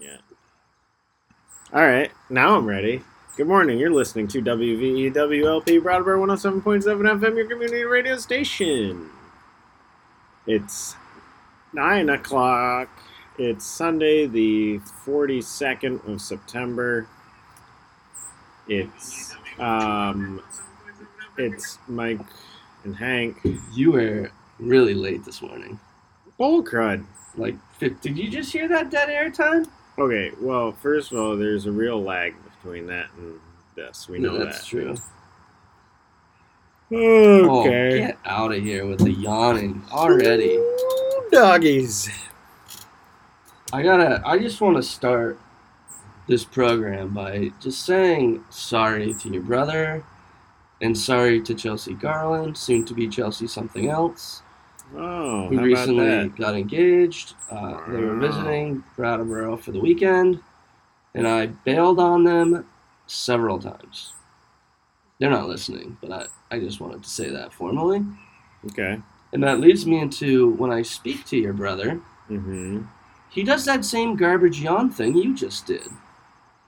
yet. All right, now I'm ready. Good morning. You're listening to E WVEWLP Broadband 107.7 FM, your community radio station. It's nine o'clock. It's Sunday, the 42nd of September. It's um, it's Mike and Hank. You were really late this morning. Bull crud. Like, fi- did you just hear that dead air time? Okay, well, first of all, there's a real lag between that and this. We know no, that's that. true. Oh, Okay. get out of here with the yawning already. Ooh, Doggies. I gotta. I just want to start this program by just saying sorry to your brother, and sorry to Chelsea Garland, soon to be Chelsea something else, Oh, who how about recently that? got engaged. Uh, they were Wow. visiting Brattleboro for the weekend, and I bailed on them several times. They're not listening, but I, I just wanted to say that formally. Okay. And that leads me into when I speak to your brother, Mm-hmm. he does that same garbage yawn thing you just did.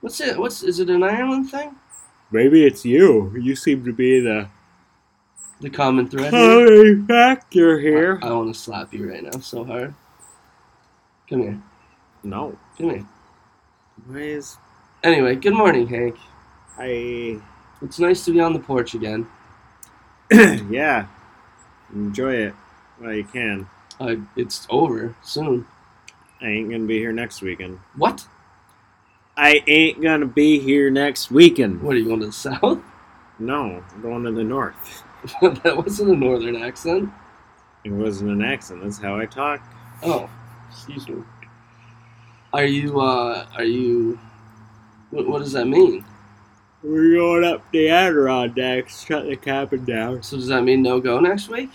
What's it? What's is it an Ireland thing? Maybe it's you. You seem to be the The common thread. here? Hey, factor here. I, want to slap you right now so hard. Come here, no. come here. Why is Anyway, good morning, Hank. I? It's nice to be on the porch again. yeah. Enjoy it while you can. I, it's over soon. I ain't gonna be here next weekend. What? I ain't gonna be here next weekend. What are you going to the south? No, I'm going to the north. that wasn't a northern accent. It wasn't an accent. That's how I talk. Oh, excuse me. Are you? uh Are you? What, what does that mean? We're going up the Adirondacks. Shut the cabin down. So does that mean no go next week?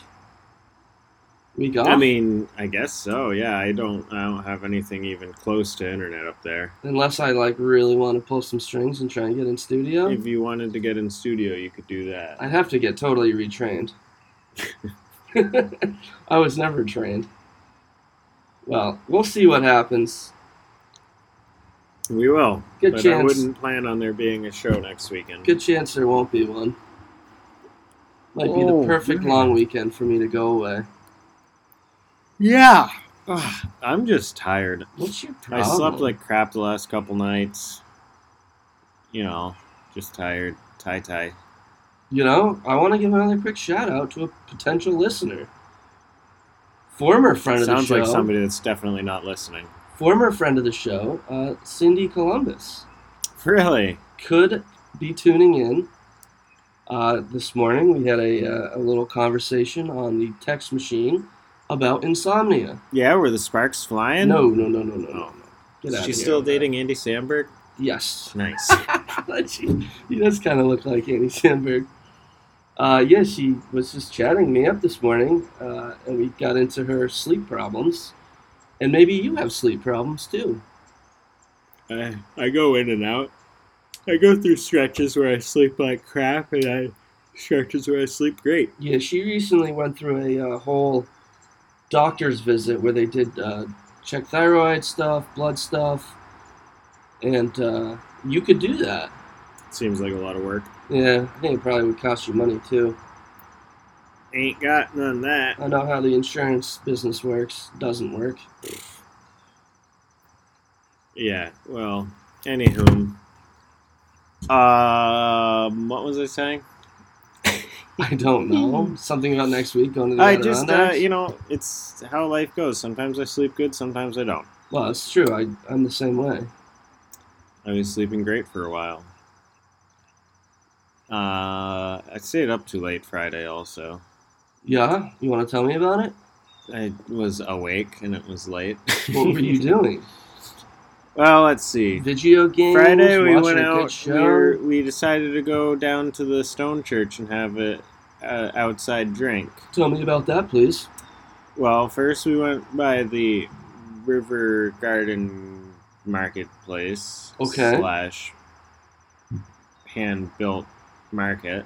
Week off. I mean, I guess so. Yeah, I don't. I don't have anything even close to internet up there. unless I like really want to pull some strings and try and get in studio, If you wanted to get in studio, you could do that. I'd have to get totally retrained. I was never trained. Well, we'll see what happens. We will. Good but I chance. wouldn't plan on there being a show next weekend. Good chance there won't be one. Might be Oh, the perfect man. long weekend for me to go away. Yeah. Ugh, I'm just tired. What's your I problem? slept like crap the last couple nights. You know, just tired. Tie tie. You know, I want to give another quick shout out to a potential listener, former friend of Sounds the show. like somebody that's definitely not listening. Former friend of the show, uh, Cindy Columbus. Really? could be tuning in. Uh, this morning we had a, uh, a little conversation on the text machine about insomnia. Yeah, were the sparks flying? No, no, no, no, no, no. no. Is Get out of she here still with that. dating Andy Samberg? Yes. Nice. she, he does kind of look like Andy Sandberg. Uh, yeah, she was just chatting me up this morning, uh, and we got into her sleep problems. And maybe you have sleep problems too. I, I go in and out. I go through stretches where I sleep like crap, and I stretches where I sleep great. Yeah, she recently went through a uh, whole doctor's visit where they did uh, check thyroid stuff, blood stuff, and uh, you could do that. Seems like a lot of work. Yeah, I think it probably would cost you money too. Ain't got none of that. I know how the insurance business works. Doesn't work. Yeah. Well, anywho. Um, what was I saying? I don't know. Something about next week going to the Hmm. I just, uh, Adirondacks? you know, it's how life goes. Sometimes I sleep good, sometimes I don't. Well, it's true. I, I'm the same way. I was sleeping great for a while. Uh, I stayed up too late Friday also. Yeah? You want to tell me about it? I was awake and it was late. What were you doing? well, let's see. Video games? Friday we watching went a good out. We, show? were, we decided to go down to the Stone Church and have a uh, outside drink. Tell me about that, please. Well, first we went by the River Garden Marketplace Okay. slash hand built market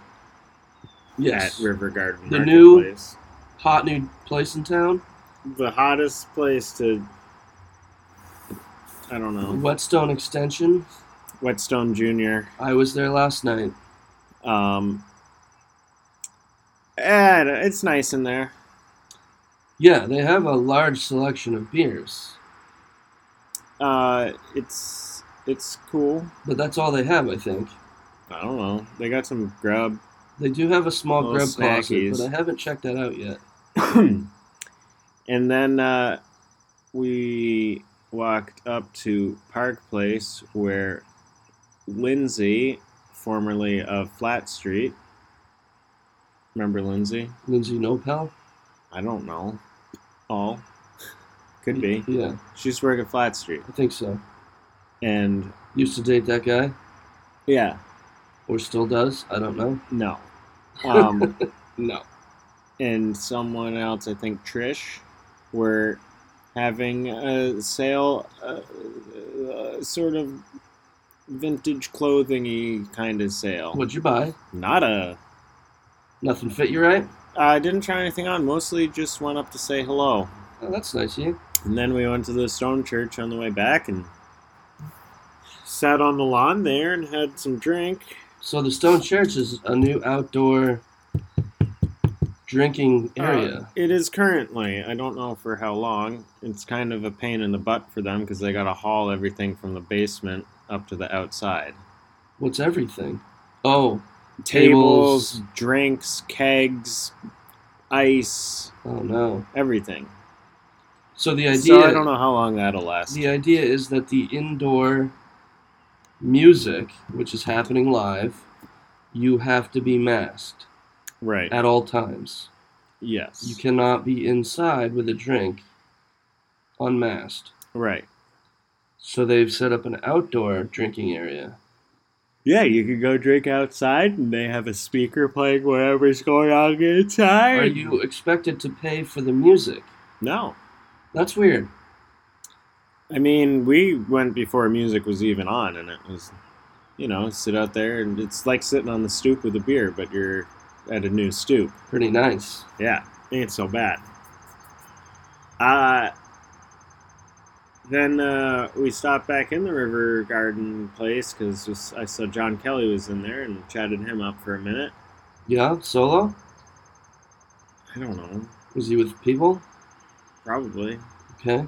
Yes. at River Garden The new- Marketplace. hot new place in town. The hottest place to I don't know. Whetstone Extension. Whetstone Jr. I was there last night. Um, eh, it's nice in there. Yeah, they have a large selection of beers, Uh, it's it's cool. but that's all they have, I think. I don't know. They got some grub. They do have a small Little grub closet, snackies. but I haven't checked that out yet. and then uh, we walked up to Park Place where Lindsay, formerly of Flat Street, remember Lindsay? Lindsay Nopel? I don't know. All could be. Yeah, She used to work at Flat Street, I think so. and Used to date that guy, yeah, or still does. I don't know. no, um, No. and someone else, I think Trish, were having a sale, uh, uh, sort of vintage clothingy kind of sale. What'd you buy? Not a. Nothing fit you right? I didn't try anything on. Mostly just went up to say hello, Oh, that's nice of you. and then we went to the Stone Church on the way back and sat on the lawn there and had some drink. So the Stone Church is a new outdoor drinking Uh, area. it is currently. I don't know for how long. It's kind of a pain in the butt for them because they got to haul everything from the basement up to the outside. What's everything? Oh, Tables, Tables. drinks, kegs, ice, oh no. everything. So the idea so I don't know how long that'll last. the idea is that the indoor music, which is happening live, you have to be masked Right. at all times. Yes. You cannot be inside with a drink unmasked. Right. So they've set up an outdoor drinking area. Yeah, you can go drink outside, and they have a speaker playing whatever's going on inside. Are you expected to pay for the music? No. That's weird. I mean, we went before music was even on, and it was, you know, sit out there, and it's like sitting on the stoop with a beer, but you're at a new stoop. Pretty nice. Yeah, ain't so bad. Uh, then uh, we stopped back in the River Garden place because I saw John Kelly was in there and chatted him up for a minute. Yeah, solo? I don't know, Was he with people? probably. Okay.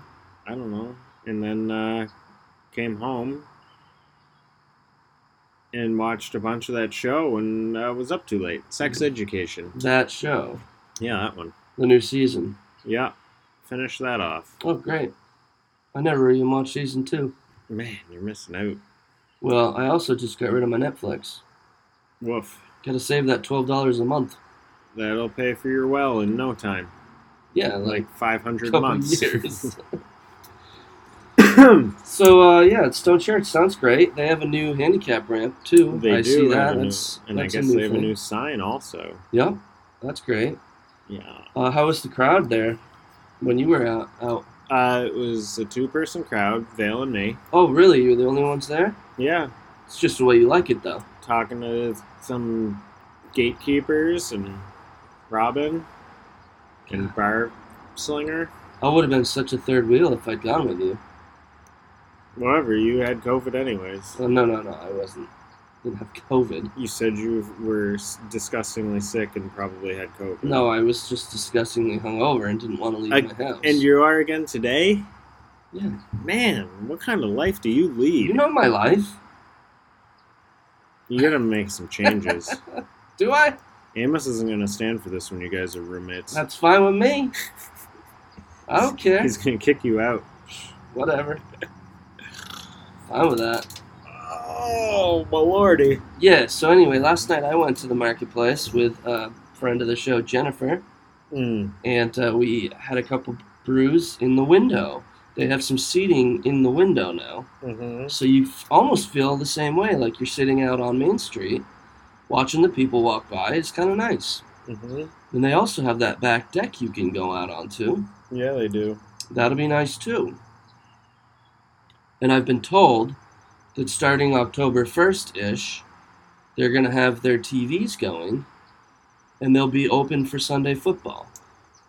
I don't know. And then uh, came home and watched a bunch of that show and uh, was up too late. Sex Mm-hmm. Education. That show. Yeah, that one. The new season. Yeah. Finish that off. Oh, great. I never even watched season two. Man, you're missing out. Well, I also just got rid of my Netflix. Woof. Gotta save that $12 a month. That'll pay for your well in no time. Yeah, like Like 500 couple months. years. so, uh, yeah, it's Stone Church. Sounds great. They have a new handicap ramp, too. they do. I see have that. a new- That's, and that's I guess a new they have thing. a new sign also. Yeah, that's great. Yeah. Uh, how was the crowd there when you were out? out? Uh, it was a two person crowd, Vale and me. Oh, really? You were the only ones there? Yeah. It's just the way you like it, though. talking to some gatekeepers and Robin and Bar Slinger. I would have been such a third wheel if I'd gone with you. Whatever, you had COVID anyways. Oh, no, no, no, I wasn't. Didn't have COVID. You said you were s- disgustingly sick and probably had COVID. No, I was just disgustingly hungover and didn't want to leave I- my house. And you are again today? Yeah. Man, what kind of life do you lead? You know my life. You're going to make some changes. Do I? Amos isn't going to stand for this when you guys are roommates. That's fine with me. I don't care. He's going to kick you out. Whatever. Fine with that. Oh, my lordy. Yeah, so anyway, last night I went to the marketplace with a friend of the show, Jennifer, Mm, and uh, we had a couple brews in the window. They have some seating in the window now. hmm So you f- almost feel the same way, like you're sitting out on Main Street watching the people walk by. It's kind of nice. hmm And they also have that back deck you can go out onto. Yeah, they do. That'll be nice too. And I've been told that starting October 1st ish, they're going to have their TVs going and they'll be open for Sunday football.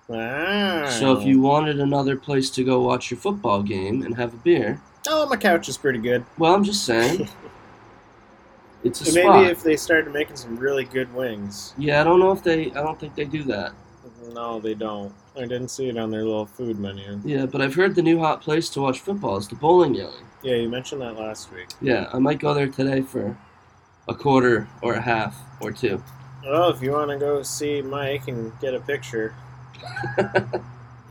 Wow. So if you wanted another place to go watch your football game and have a beer, Oh, my couch is pretty good. Well, I'm just saying. It's a And spot. maybe if they started making some really good wings. Yeah, I don't know if they. I don't think they do that. No, they don't. I didn't see it on their little food menu. Yeah, but I've heard the new hot place to watch football is the bowling alley. Yeah, you mentioned that last week. Yeah, I might go there today for a quarter or a half or two. Well, Oh, if you want to go see Mike and get a picture,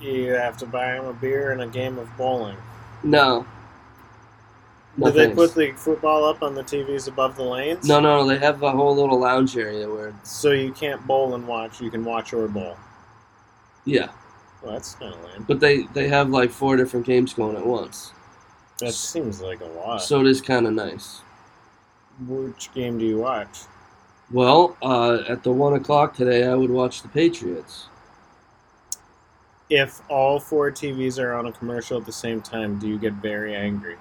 you have to buy him a beer and a game of bowling. No. No, Did they put thanks. the football up on the TVs above the lanes? no, no, they have a whole little lounge area where. So you can't bowl and watch. You can watch or bowl. Yeah, Well, that's kind of lame. but they they have like four different games going at once, That seems like a lot. so it is kind of nice. Which game do you watch? Well, uh, at the one o'clock today, I would watch the Patriots. If all four TVs are on a commercial at the same time, do you get very angry?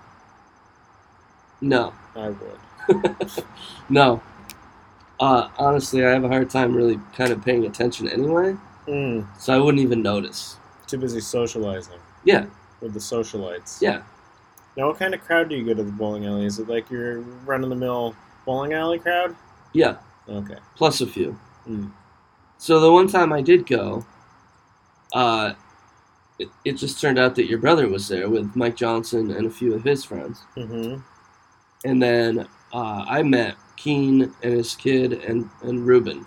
No, I would. no. Uh, honestly, I have a hard time really kind of paying attention anyway, Mm, so I wouldn't even notice. too busy socializing Yeah, with the socialites. yeah. Now, what kind of crowd do you go to the bowling alley? Is it like your run of the mill bowling alley crowd? Yeah, Okay. plus a few. Mm. So the one time I did go, uh, it, it just turned out that your brother was there with Mike Johnson and a few of his friends. Mm-hmm. And then uh, I met Keen and his kid and, and Ruben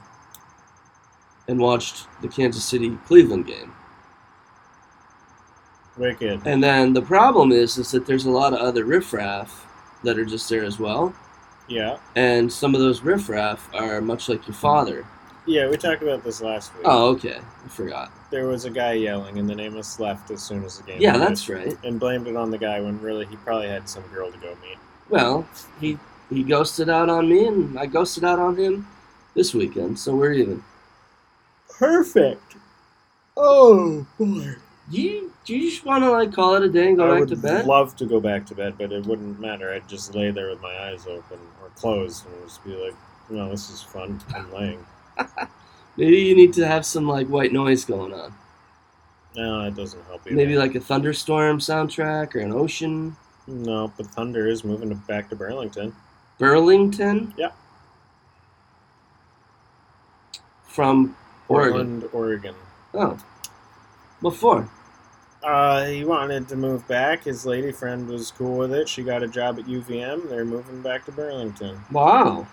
and watched the Kansas City Cleveland game. Wicked. And then the problem is is that there's a lot of other riffraff that are just there as well. Yeah. And some of those riffraff are much like your father. Yeah, we talked about this last week. Oh, okay. I forgot. There was a guy yelling, and then Amos left as soon as the game Yeah, ended that's right. And blamed it on the guy when really he probably had some girl to go meet. Well, he he ghosted out on me and I ghosted out on him this weekend, so we're even. Perfect! Oh, boy. Do you, do you just want to like call it a day and go I back would to bed? love to go back to bed, but it wouldn't matter. I'd just lay there with my eyes open or closed and just be like, no, this is fun. I'm laying. Maybe you need to have some like white noise going on. No, that doesn't help either. Maybe like a thunderstorm soundtrack or an ocean. No, but Thunder is moving to- back to Burlington. Burlington? Yeah. From Oregon. Portland, Oregon. Oh. What for? Uh, he wanted to move back. His lady friend was cool with it. She got a job at UVM. They're moving back to Burlington. Wow.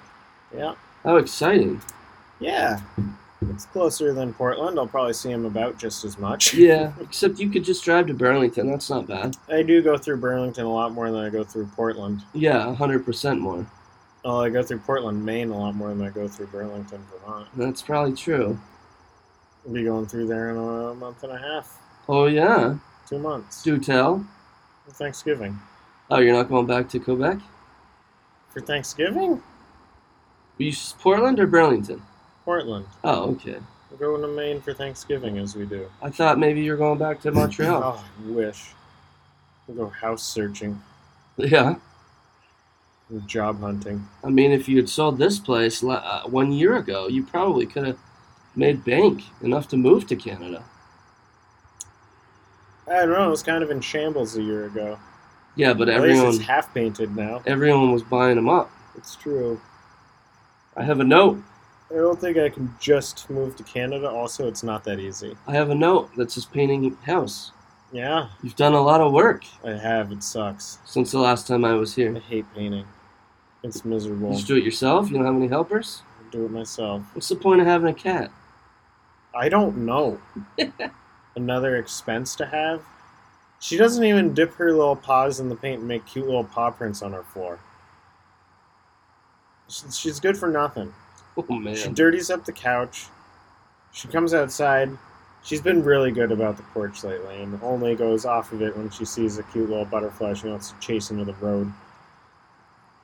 Yeah. How exciting. Yeah. It's closer than Portland. I'll probably see him about just as much. Yeah. Except you could just drive to Burlington. That's not bad. I do go through Burlington a lot more than I go through Portland. Yeah, 100% more. Oh, I go through Portland, Maine a lot more than I go through Burlington, Vermont. That's probably true. I'll be going through there in a month and a half, Oh, yeah. two months. Do tell. For Thanksgiving. Oh, you're not going back to Quebec? For Thanksgiving? Were you s- Portland or Burlington? Portland. Oh, okay. We're going to Maine for Thanksgiving as we do. I thought maybe you were going back to Montreal. Oh, I wish. We'll go house searching, Yeah. we'll job hunting. I mean, if you had sold this place la- uh, one year ago, you probably could have made bank enough to move to Canada. I don't know, it was kind of in shambles a year ago. Yeah, but At least it's everyone half painted now. everyone was buying them up. It's true. I have a note. I don't think I can just move to Canada. Also, it's not that easy. I have a note that says painting house. Yeah, You've done a lot of work I have. It sucks. since the last time I was I here. hate painting. It's You miserable. just do it yourself. You don't have any helpers. I do it myself. What's the point of having a cat? I don't know. Another expense to have? She doesn't even dip her little paws in the paint and make cute little paw prints on her floor. She- She's good for nothing. Oh She man. dirties up the couch. She comes outside. She's been really good about the porch lately and only goes off of it when she sees a cute little butterfly she wants to chase into the road.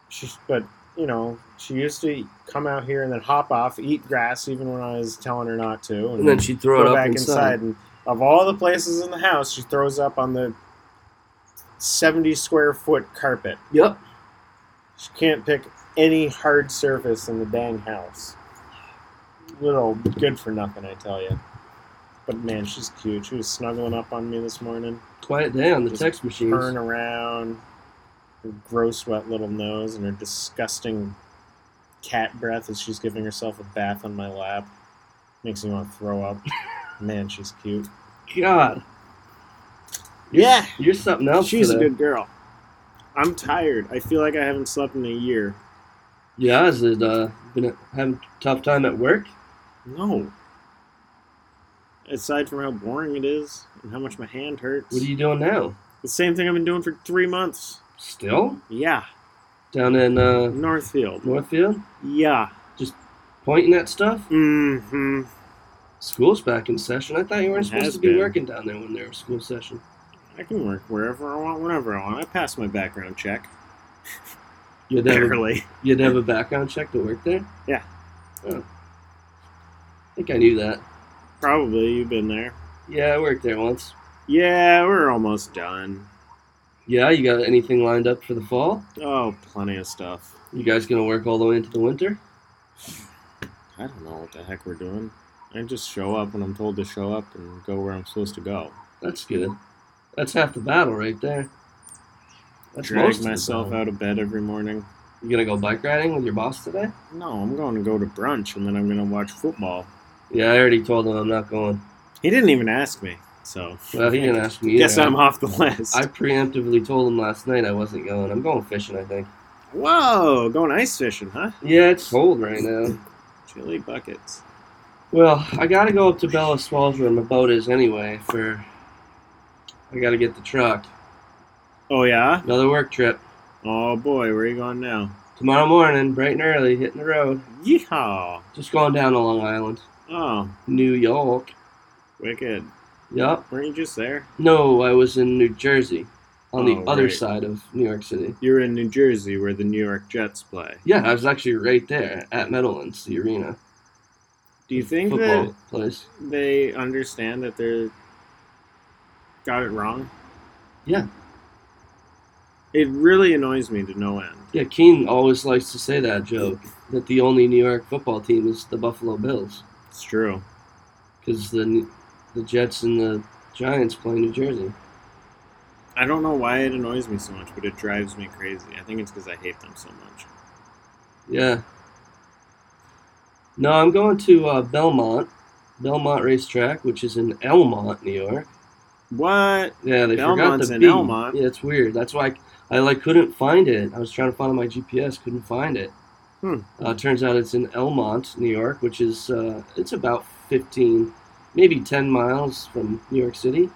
She's, but, you know, she used to come out here and then hop off, eat grass even when I was telling her not to. And then she'd go throw it up back inside. inside. And of all the places in the house, she throws up on the 70 square foot carpet. Yep. She can't pick any hard surface in the dang house. Little good for nothing, I tell you. But man, she's cute. She was snuggling up on me this morning. Quiet day on the Just text machines. Turn around, her gross, wet little nose and her disgusting cat breath as she's giving herself a bath on my lap. Makes me want to throw up. Man, she's cute. God. Yeah. You're something else. She's a today. good girl. I'm tired. I feel like I haven't slept in a year. Yeah, is it uh, been having a tough time at work? No. Aside from how boring it is and how much my hand hurts. What are you doing now? the same thing I've been doing for three months. Still Yeah. down in uh, Northfield. Northfield, Yeah. pointing at stuff. Mm-hmm. School's back in session. I thought you weren't It supposed has to be been. working down there when there was school session. I can work wherever I want, whenever I want. I pass my background check. You'd have, a, Barely. you'd have a background check to work there. Yeah. Oh. I think I knew that. Probably. You've been there. Yeah, I worked there once. Yeah, we're almost done. Yeah, you got anything lined up for the fall? Oh, plenty of stuff. You guys gonna work all the way into the winter? I don't know what the heck we're doing. I just show up when I'm told to show up and go where I'm supposed to go. That's good. That's half the battle right there. That's most Drag of the myself battle. out of bed every morning. You gonna go bike riding with your boss today? No, I'm going to go to brunch and then I'm going to watch football. Yeah, I already told him I'm not going. He didn't even ask me, so Well, he didn't ask me either. guess I'm off the list. I preemptively told him last night I wasn't going. I'm going fishing, I think. Whoa, going ice fishing, huh? Yeah, it's cold right now. Chili buckets. Well, I gotta go up to Bella Swallow's where my boat is anyway for. I gotta get the truck. Oh yeah. Another work trip. Oh boy, where are you going now? Tomorrow morning, bright and early, hitting the road. Yeehaw! Just going down to Long Island. Oh, New York. wicked. Yup. Weren't you just there? No, I was in New Jersey, on the Oh, other right. side of New York City. You were in New Jersey, where the New York Jets play. Yeah, I was actually right there at Meadowlands, the arena. Do you think football that place? they understand that they're got it wrong? Yeah. It really annoys me to no end. Yeah, Keen always likes to say that joke that the only New York football team is the Buffalo Bills It's true. because the the Jets and the Giants play New Jersey. I don't know why it annoys me so much, but it drives me crazy. I think it's because I hate them so much. Yeah. No, I'm going to uh, Belmont, Belmont Racetrack, which is in Elmont, New York. What? Yeah, they Belmont's forgot the in B. Elmont. Yeah, it's weird. That's why I, I like couldn't find it. I was trying to find it on my GPS, couldn't find it. Hmm. Uh, turns out it's in Elmont, New York, which is uh, it's about 15, maybe 10 miles from New York City.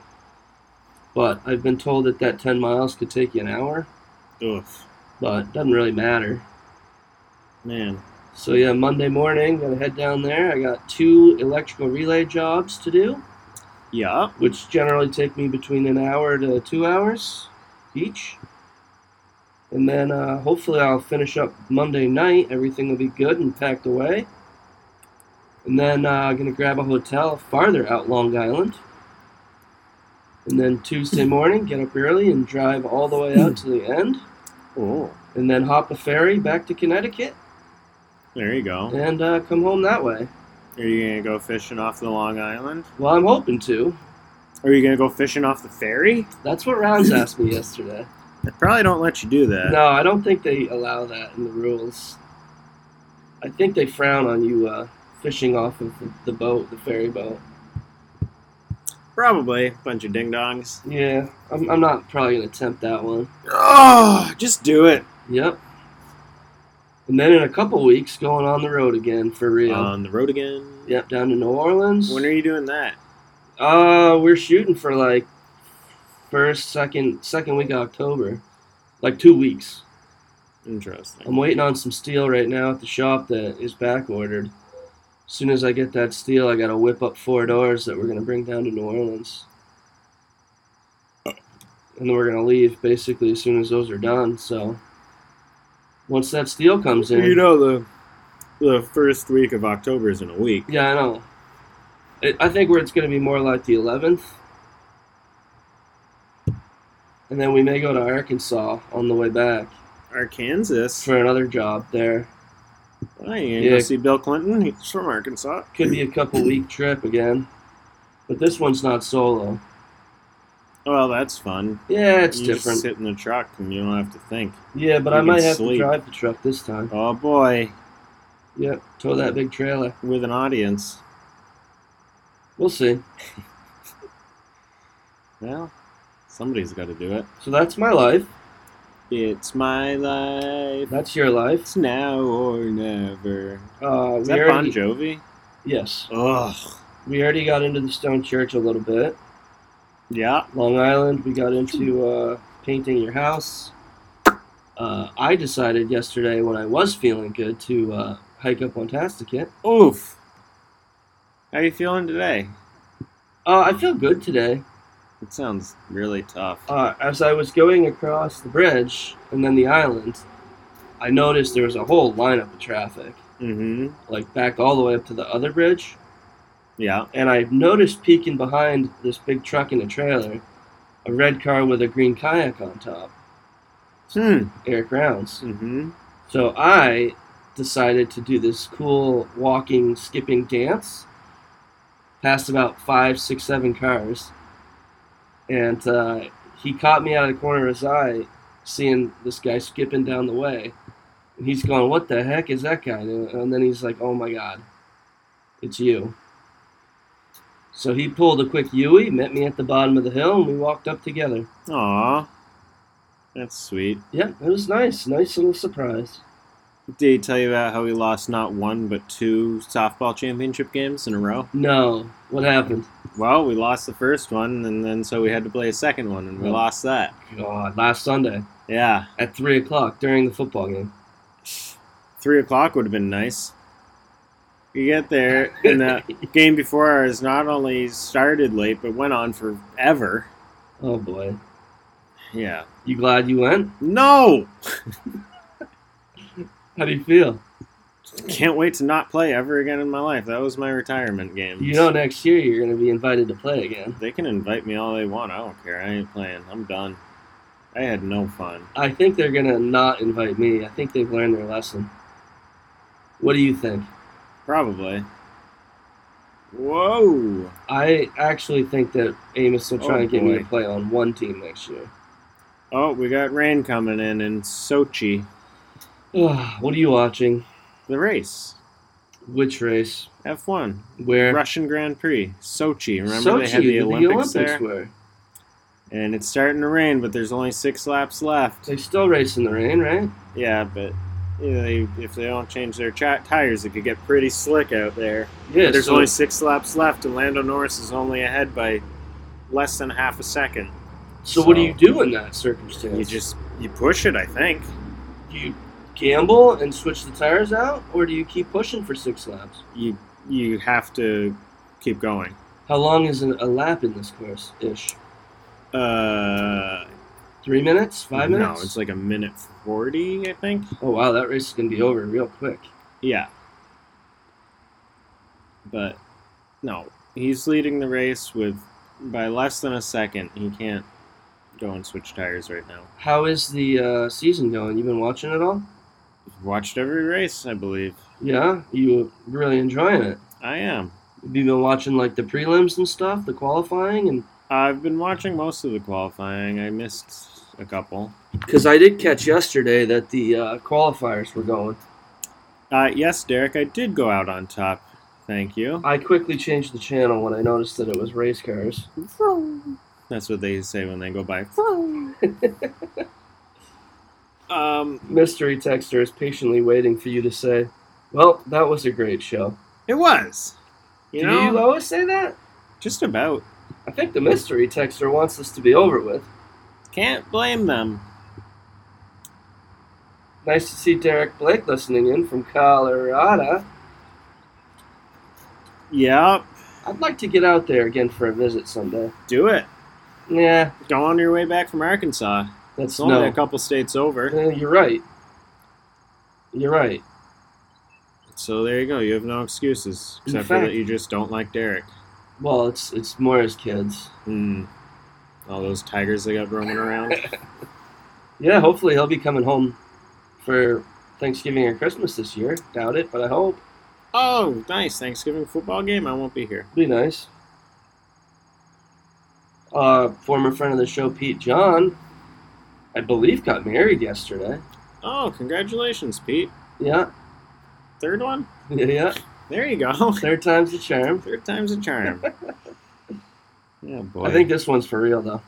But I've been told that that 10 miles could take you an hour, Ugh, but it doesn't really matter. man. So yeah, Monday morning, gotta head down there. I got two electrical relay jobs to do, Yeah. which generally take me between an hour to two hours each. And then uh, hopefully I'll finish up Monday night. Everything will be good and packed away. And then uh, I'm going to grab a hotel farther out Long Island. And then Tuesday morning, get up early and drive all the way out to the end. Oh, And then hop a ferry back to Connecticut there you go. and uh, come home that way. Are you gonna go fishing off the Long Island? Well, I'm hoping to. Are you gonna go fishing off the ferry? That's what Rounds asked me yesterday. They probably don't let you do that. No, I don't think they allow that in the rules. I think they frown on you uh, fishing off of the, the boat, the ferry boat. Probably bunch of ding dongs. Yeah, I'm, I'm not probably gonna attempt that one. Ah! Oh, just do it Yep. And then in a couple weeks, going on the road again for real. on the road again. yep, down to New Orleans. When are you doing that? Uh, we're shooting for like first, second, second week of October, like two weeks. I'm Interesting. waiting on some steel right now at the shop that is back ordered. As soon as I get that steel, I gotta whip up four doors that we're gonna bring down to New Orleans. And then we're gonna leave basically as soon as those are done. So once that steel comes You in, know the the first week of October is in a week. yeah, I know. It, I think where it's gonna be more like the 11th, and then we may go to Arkansas on the way back Arkansas. for another job there. Well, you gonna go Yeah. see Bill Clinton? He's from Arkansas. Could be a couple week trip again. But this one's not solo. Well, that's fun. Yeah, it's you different. Just sit in the truck and you don't have to think. yeah, but you I might can have sleep. to drive the truck this time. Oh boy, Yep, tow that big trailer. with an audience. We'll see. Well, somebody's got to do it. So that's my life. It's my life. That's your life. It's now or never. Uh, Is we that Bon already, Jovi? yes, Ugh. we already got into the Stone Church a little bit. Yeah. Long Island. We got into uh, painting your house. Uh, I decided yesterday when I was feeling good to uh, hike up on Tasticit. Oof. How you feeling today? Uh, I feel good today. It sounds really tough. Uh, as I was going across the bridge and then the island, I noticed there was a whole lineup of traffic, mm-hmm. like back all the way up to the other bridge. Yeah. And I noticed peeking behind this big truck and a trailer, a red car with a green kayak on top, Hmm. Eric Rounds. Mm-hmm. So I decided to do this cool walking, skipping dance. Passed about five, six, seven cars. And uh, he caught me out of the corner of his eye, seeing this guy skipping down the way. And he's going, What the heck is that guy doing? And then he's like, Oh my God, it's you. So he pulled a quick Yui, met me at the bottom of the hill, and we walked up together. Aw. That's sweet. Yeah, it was nice. Nice little surprise. Did he tell you about how he lost not one but two softball championship games in a row? No, what happened? Well, we lost the first one, and then so we had to play a second one, and we Yeah. lost that. God, last Sunday Yeah, at three o'clock during the football game. three o'clock would have been nice. You get there, and the game before ours not only started late but went on forever. Oh boy, Yeah. you glad you went? No, How do you feel? can't wait to not play ever again in my life. That was my retirement game. You know, next year you're going to be invited to play again. they can invite me all they want. I don't care. I ain't playing. I'm done. I had no fun. I think they're going to not invite me. I think they've learned their lesson. What do you think? Probably. Whoa. I actually think that Amos will try Oh, and get me to boy. play on one team next year. Oh, we got rain coming in in Sochi. Ah, what are you watching? The race. Which race? F1. Where? Russian Grand Prix. Sochi. Remember Sochi, they had the where Olympics, there? were. And it's starting to rain, but there's only six laps left. They still race in the rain, right? Yeah, but you know, they, if they don't change their ch- tires, it could get pretty slick out there. Yeah. There's so- only six laps left, and Lando Norris is only ahead by less than half a second. so what do so- you do in that circumstance? You just you push it, I think. Do you gamble and switch the tires out, or do you keep pushing for six laps? You you have to keep going. How long is an, a lap in this course ish? Uh, Three minutes? Five minutes? No, it's like a minute forty, I think. oh wow, that race is gonna be over real quick. Yeah. But no, he's leading the race with by less than a second. He can't go and switch tires right now. How is the uh, season going? You been watching it all? Watched every race, I believe. Yeah, you really enjoying it. I am. Have you been watching like the prelims and stuff, the qualifying, and I've been watching most of the qualifying. I missed a couple. because I did catch yesterday that the uh, qualifiers were going. Uh, yes, Derek, I did go out on top. Thank you. I quickly changed the channel when I noticed that it was race cars. That's what they say when they go by. um, Mystery texter is patiently waiting for you to say, "Well, that was a great show." it was. You Do know, you always say that? just about. I think the mystery texter wants this to be over with. Can't blame them. Nice to see Derek Blake listening in from Colorado. Yep, I'd like to get out there again for a visit someday. do it. Yeah, Go on your way back from Arkansas. that's It's only no. a couple states over. Uh, you're right. You're right. So there you go. You have no excuses In except for that fact- you just don't like Derek. Well, it's it's more as kids. Hmm. All those tigers they got roaming around. Yeah, hopefully he'll be coming home for Thanksgiving or Christmas this year. Doubt it, but I hope. oh, nice Thanksgiving football game. I won't be here. Be nice. uh, former friend of the show, Pete John, I believe got married yesterday. Oh, congratulations, Pete. Yeah, Third one? yeah, yeah. There you go. Third time's the charm. Third time's a charm. yeah, boy. I think this one's for real though.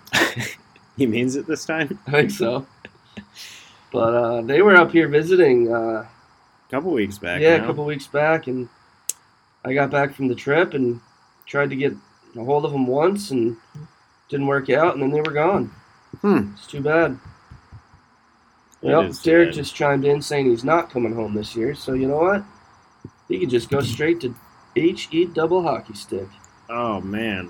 he means it this time. I think so. But uh, they were up here visiting, uh, A couple weeks back. yeah, now. a couple weeks back, and I got back from the trip and tried to get a hold of them once and didn't work out, and then they were gone. Hmm. It's too bad. It Well, is Derek bad. just chimed in saying he's not coming home this year, so you know what? He could just go straight to HE double hockey stick. Oh man.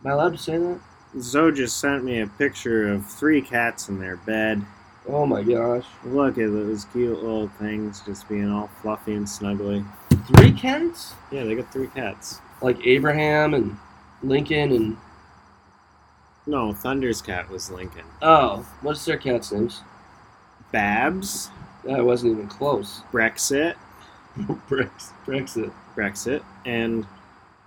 Am I allowed to say that? Zoe just sent me a picture of three cats in their bed. Oh my gosh. Look at those cute little things just being all fluffy and snuggly. Three cats? Yeah, they got three cats. Like Abraham and Lincoln and. No, Thunder's cat was Lincoln. Oh, what's their cat's names? Babs, That wasn't even close. Brexit, Brex- Brexit. Brexit, and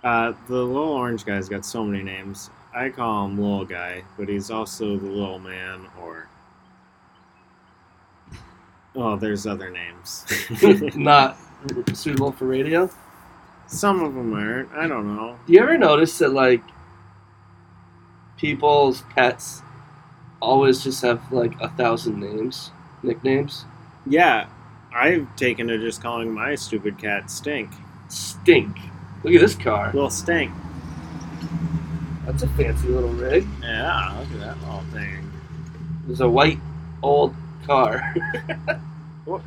uh, the little orange guy's got so many names. I call him Little Guy, but he's also the Little Man or. Oh, there's other names. not suitable for radio. Some of them aren't. I don't know. Do you ever notice that like people's pets always just have like a thousand names, nicknames? Yeah, I've taken to just calling my stupid cat Stink. Stink. Look at this car. Little Stink. That's a fancy little rig. Yeah, look at that little thing. It's a white old car. What?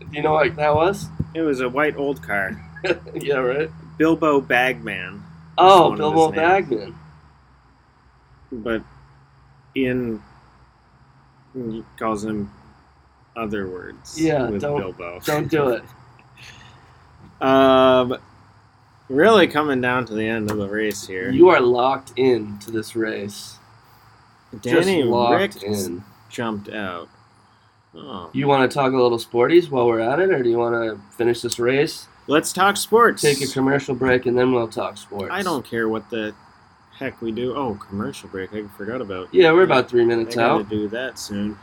Do you know what that was? It was a white old car. yeah, right. Bilbo Bagman. Oh, one of Bilbo his names. Bagman. but Ian calls him other words. Yeah, with don't- Bilbo. Don't do it. Um, really coming down to the end of the race here. You are locked in to this race. Danny just locked Rick in. jumped out. Oh. You want to talk a little sporties while we're at it, or do you want to finish this race, Let's talk sports. take a commercial break, and then we'll talk sports? I don't care what the heck we do. Oh, commercial break. I forgot about. Yeah, we're about three I minutes gotta out. do that soon.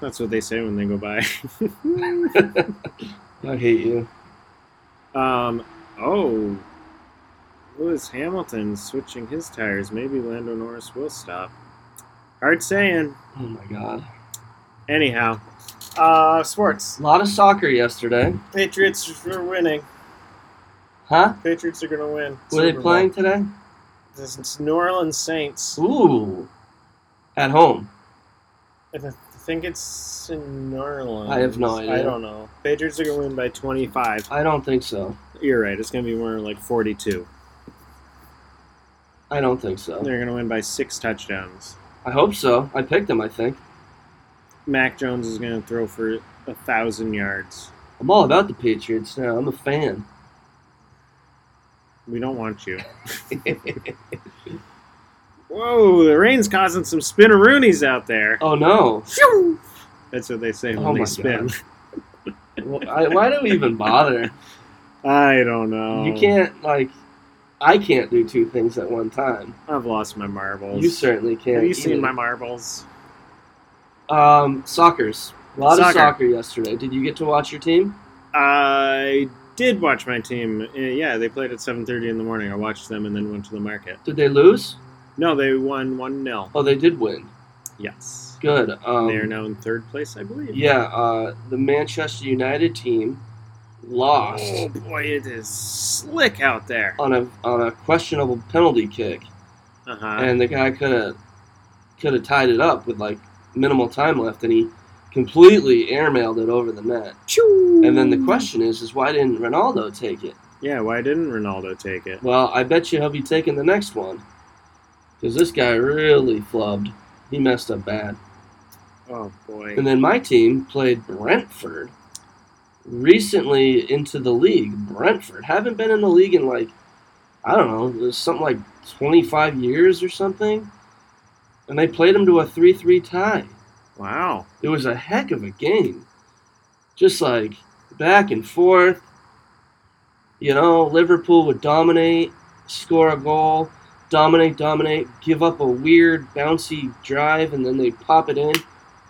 That's what they say when they go by. I hate you. Um. Oh. Lewis Hamilton switching his tires. Maybe Lando Norris will stop. Hard saying. Oh my god. Anyhow. Uh, sports. A lot of soccer yesterday, Patriots are winning. huh? Patriots are gonna win. Were they Super Bowl. playing today? This is New Orleans Saints. Ooh, at home. I th- think it's in New Orleans. I have no idea. I don't know. Patriots are gonna win by 25. I don't think so. You're right. It's gonna be more like 42. I don't think so. They're gonna win by six touchdowns. I hope so. I picked them. I think. Mac Jones is gonna throw for a thousand yards. I'm all about the Patriots now. I'm a fan. We don't want you. Whoa, the rain's causing some spinneroonies out there. oh no. That's what they say when Oh my they spin. Well, I, why do we even bother? I don't know. You can't like. I can't do two things at one time. I've lost my marbles. You certainly can't. Have you either. seen my marbles? Um, soccer's a lot of Soccer. soccer yesterday. Did you get to watch your team? I did watch my team. Uh, Yeah, they played at 7:30 in the morning. I watched them and then went to the market. Did they lose? No, they won 1-0. Oh, they did win. Yes. Good. Um, they are now in third place, I believe. yeah, uh, the Manchester United team lost Oh boy, it is slick out there. on a on a questionable penalty kick, Uh-huh. and the guy could have could have tied it up with like minimal time left, and he completely airmailed it over the net. And then Hmm. the question is, is why didn't Ronaldo take it? Yeah, why didn't Ronaldo take it? Well, I bet you he'll be taking the next one. Because this guy really flubbed. He messed up bad. Oh boy. And then my team played Brentford. Recently into the league. Brentford. Haven't been in the league in like, I don't know, it was something like 25 years or something. And they played him to a 3 3 tie. Wow. It was a heck of a game. Just like back and forth. You know, Liverpool would dominate. score a goal, dominate, dominate, give up a weird bouncy drive, and then they pop it in,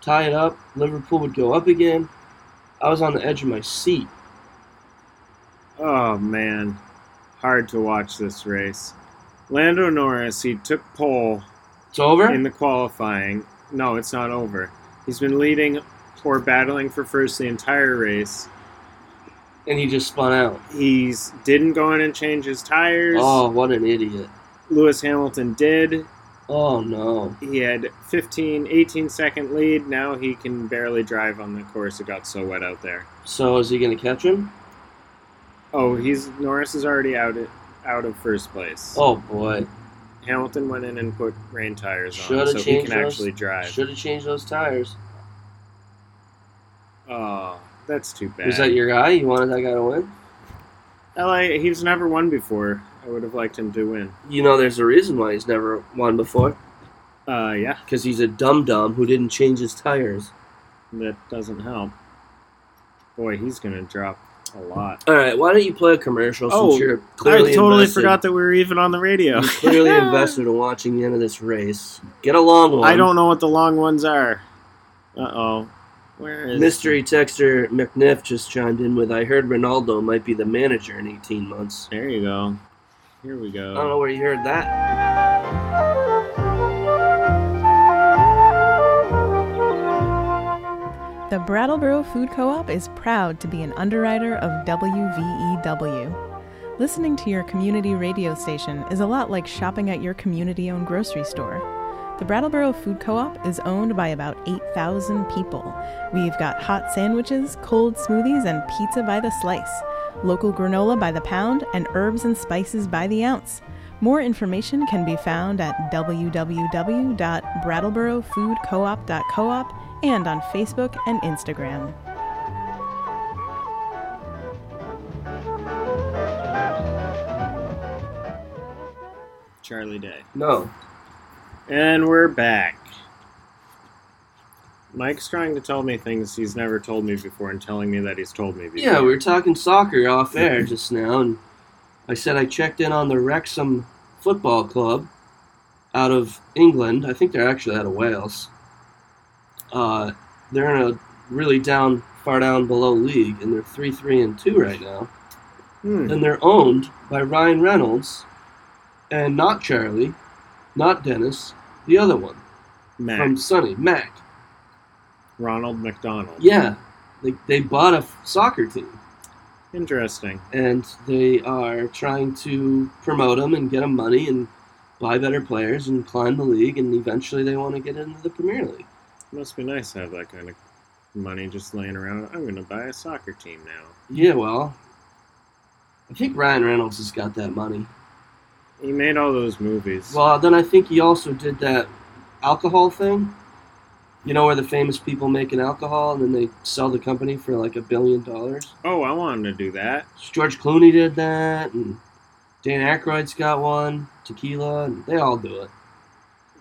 tie it up. Liverpool would go up again. I was on the edge of my seat. Oh man, hard to watch this race. Lando Norris, he took pole It's over. in the qualifying. No, it's not over. He's been leading or battling for first the entire race. and he just spun out. He's didn't go in and change his tires. Oh, what an idiot. Lewis Hamilton did. Oh, no. He had 15, 18 second lead. Now he can barely drive on the course. It got so wet out there. So is he going to catch him? Oh, he's Norris is already out at, out of first place. Oh, boy. Hamilton went in and put rain tires on, Shoulda so he changed can those. actually drive. Should have changed those tires. Oh, that's too bad. Was that your guy? You wanted that guy to win? LA, he's never won before. I would have liked him to win. You know, there's a reason why he's never won before. Uh, yeah, Because he's a dum dum who didn't change his tires. that doesn't help. Boy, he's gonna drop a lot. All right, why don't you play a commercial Oh, since you're clearly I totally invested, forgot that we were even on the radio. You're clearly invested in watching the end of this race. Get a long one. I don't know what the long ones are. Uh oh, where is Mystery texter McNiff just chimed in with, "I heard Ronaldo might be the manager in 18 months." There you go. Here we go. I don't know where you heard that. The Brattleboro Food Co op is proud to be an underwriter of WVEW. Listening to your community radio station is a lot like shopping at your community owned grocery store. The Brattleboro Food Co op is owned by about 8,000 people. We've got hot sandwiches, cold smoothies, and pizza by the slice, local granola by the pound, and herbs and spices by the ounce. More information can be found at www.brattleborofoodcoop.coop and on Facebook and Instagram. Charlie Day. No. And we're back. Mike's trying to tell me things he's never told me before and telling me that he's told me before. Yeah, we were talking soccer off air just now, and I said I checked in on the Wrexham Football Club out of England. I think they're actually out of Wales. Uh, they're in a really down, far down below league, and they're three, three, and two right now. Hmm. And they're owned by Ryan Reynolds, and not Charlie, not Dennis, the other one Mac. from Sunny Mac. Ronald McDonald. Yeah, they they bought a f- soccer team. Interesting. and they are trying to promote him and get him money and buy better players and climb the league, and eventually they want to get into the Premier League. Must be nice to have that kind of money just laying around. I'm going to buy a soccer team now. Yeah, well, I think Ryan Reynolds has got that money. He made all those movies. Well, then I think he also did that alcohol thing. You know where the famous people make an alcohol and then they sell the company for like a billion dollars. oh, I wanted to do that. George Clooney did that, and Dan Aykroyd's got one, tequila, and they all do it.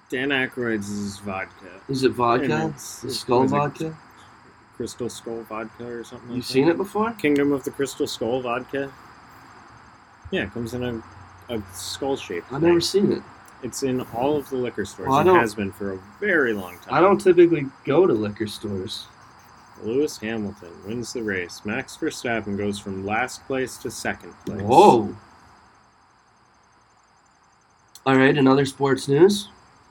Dan Aykroyd's is vodka. Is it And vodka? it's- The skull was it vodka? Crystal Skull vodka or something like You've that. seen it before? Kingdom of the Crystal Skull vodka. Yeah, it comes in a, a skull shape. I've never seen it. It's in all of the liquor stores. Well, I it don't- has been for a very long time. I don't typically go to liquor stores. Lewis Hamilton wins the race. Max Verstappen goes from last place to second place. Whoa. All right, in other sports news,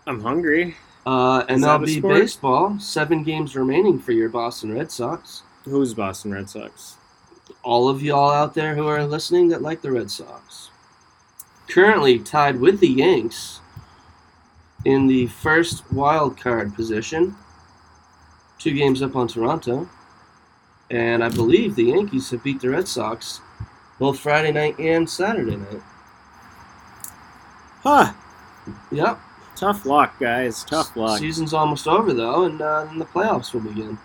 I'm hungry. uh, Is that a MLB sport? baseball, seven games remaining for your Boston Red Sox. Who's Boston Red Sox? All of y'all out there who are listening that like the Red Sox. Currently tied with the Yanks in the first wild card position, two games up on Toronto. And I believe the Yankees have beat the Red Sox both Friday night and Saturday night. Huh. Yep. Tough luck, guys. Tough luck. Season's almost over though, and uh, then the playoffs will begin.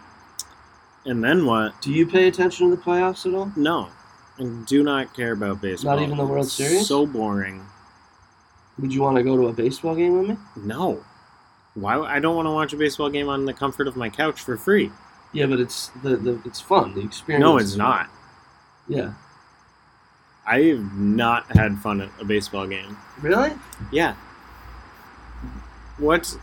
And then what? Do you pay attention to the playoffs at all? No. I do not care about baseball. Not even the World Series? So boring. Would you want to go to a baseball game with me? No. Why? I don't want to watch a baseball game on the comfort of my couch for free. Yeah, but it's the, the it's fun. The experience. No, is it's fun. not. Yeah. I've not had fun at a baseball game. Really? Yeah. What's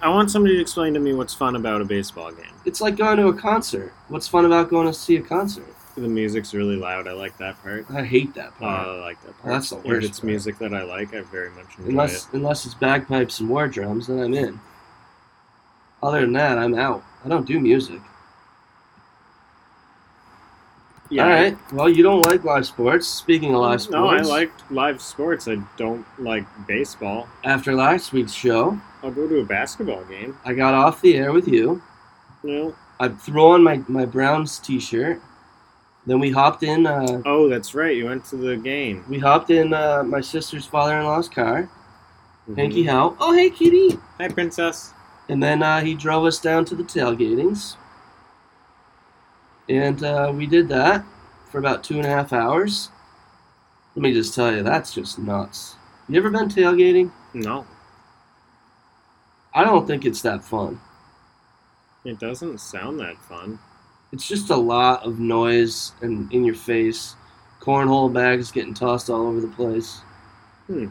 I want somebody to explain to me what's fun about a baseball game. It's like going to a concert. What's fun about going to see a concert? The music's really loud. I like that part. I hate that Oh, part. I like that part. That's the If worst it's part. music that I like, I very much enjoy unless it. unless it's bagpipes and war drums, then I'm in. Other than that, I'm out. I don't do music. Yeah. All right. Well, you don't like live sports. Speaking of live sports, No, I liked live sports. I don't like baseball. After last week's show, I'll go to a basketball game. I got off the air with you. No. I threw on my, my Browns T-shirt. Then we hopped in. Uh, Oh, that's right. You went to the game. we hopped in uh, my sister's father-in-law's car. Mhm. Hanky how? Oh, hey, kitty. Hi, princess. And then uh, he drove us down to the tailgatings. And uh, we did that for about two and a half hours. Let me just tell you, that's just nuts. You ever been tailgating? No, I don't think it's that fun. it doesn't sound that fun. It's just a lot of noise and in your face. Cornhole bags getting tossed all over the place. Hmm.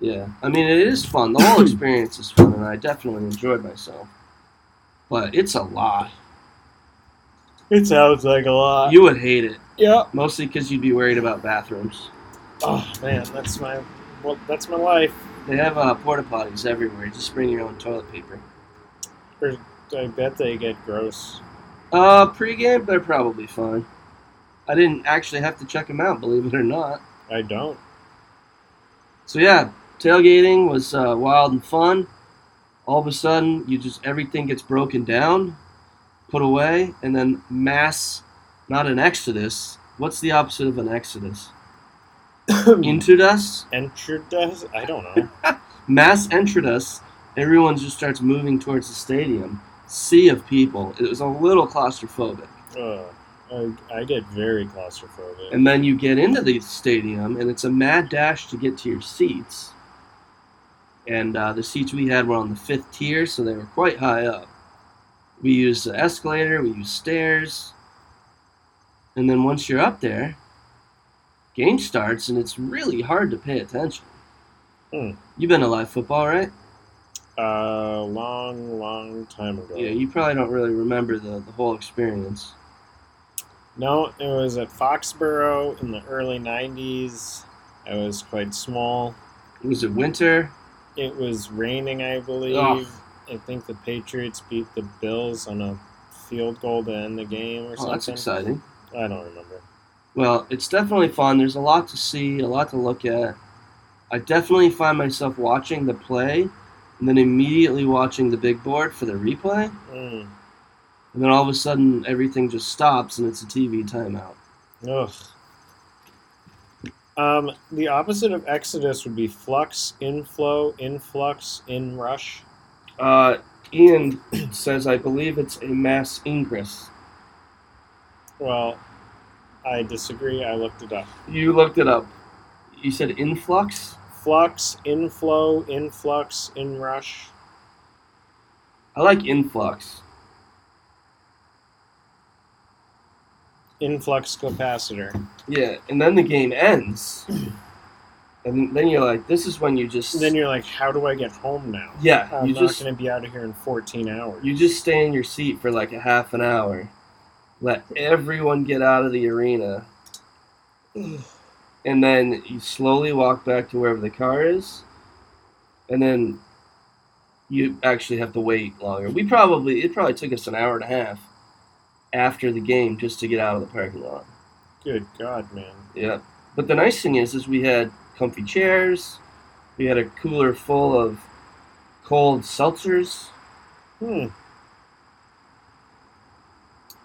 Yeah. I mean, it is fun. The whole experience is fun, and I definitely enjoyed myself. But it's a lot. It sounds like a lot. You would hate it. yeah. Mostly because you'd be worried about bathrooms. Oh man, that's my well, that's my life. They have uh, porta potties everywhere. Just bring your own toilet paper. I bet they get gross. Uh, pre-game, they're probably fine. I didn't actually have to check them out, believe it or not. I don't. So yeah, tailgating was uh, wild and fun. All of a sudden, you just everything gets broken down, put away, and then mass. Not an exodus. What's the opposite of an exodus? Hmm. Into us. Enter does I don't know. mass exodus, everyone just starts moving towards the stadium. Sea of people. It was a little claustrophobic. Ugh. Uh, I, I get very claustrophobic. And then you get into the stadium, and it's a mad dash to get to your seats. And uh, the seats we had were on the fifth tier, so they were quite high up. We used the escalator, we used stairs. And then once you're up there, game starts, and it's really hard to pay attention. Hmm. You've been to live football, right? uh, long, long time ago. Yeah, you probably don't really remember the, the whole experience. No, it was at Foxborough in the early '90s. I was quite small. Was it winter? It was raining, I believe. Ugh. I think the Patriots beat the Bills on a field goal to end the game or Oh, something. that's exciting. I don't remember. Well, it's definitely fun. There's a lot to see, a lot to look at. I definitely find myself watching the play and then immediately watching the big board for the replay. Mm. And then all of a sudden, everything just stops and it's a TV timeout. Ugh. Um, the opposite of exodus would be flux, inflow, influx, inrush. Uh, Ian says, I believe it's a mass ingress. Well, I disagree. I looked it up. You looked it up. You said influx? Flux, inflow, influx, inrush. I like influx. influx capacitor. Yeah, and then the game ends. And then you're like, this is when you just. And then you're like, how do I get home now? yeah, I'm you not just going to be out of here in 14 hours. You just stay in your seat for like a half an hour. Let everyone get out of the arena. And then you slowly walk back to wherever the car is. And then you actually have to wait longer. We probably, it probably took us an hour and a half after the game just to get out of the parking lot. Good God, man. Yeah. But the nice thing is, is we had comfy chairs. We had a cooler full of cold seltzers. Hmm.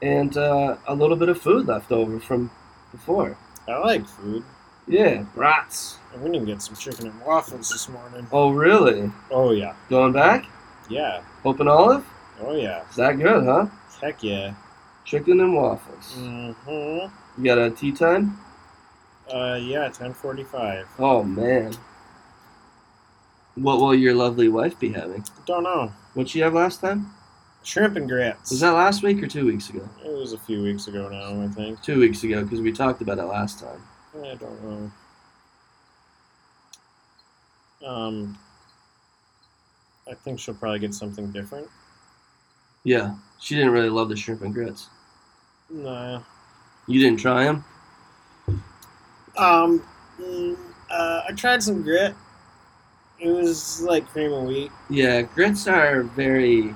and uh, a little bit of food left over from before. I like food. Yeah, brats. I went and get some chicken and waffles this morning. Oh, really? Oh, yeah. Going back? Yeah. Open olive? Oh, yeah. Is that good, huh? Heck yeah. Chicken and waffles. Mm-hmm. You got a tea time? Uh, yeah, 1045. Oh man. What will your lovely wife be having? Don't know. What'd she have last time? Shrimp and grits. Was that last week or two weeks ago? It was a few weeks ago now, I think. Two weeks ago, because we talked about it last time. I don't know. Um, I think she'll probably get something different. Yeah, she didn't really love the shrimp and grits. Nah. You didn't try them? Um, mm, uh, I tried some grit. It was like cream of wheat. Yeah, grits are very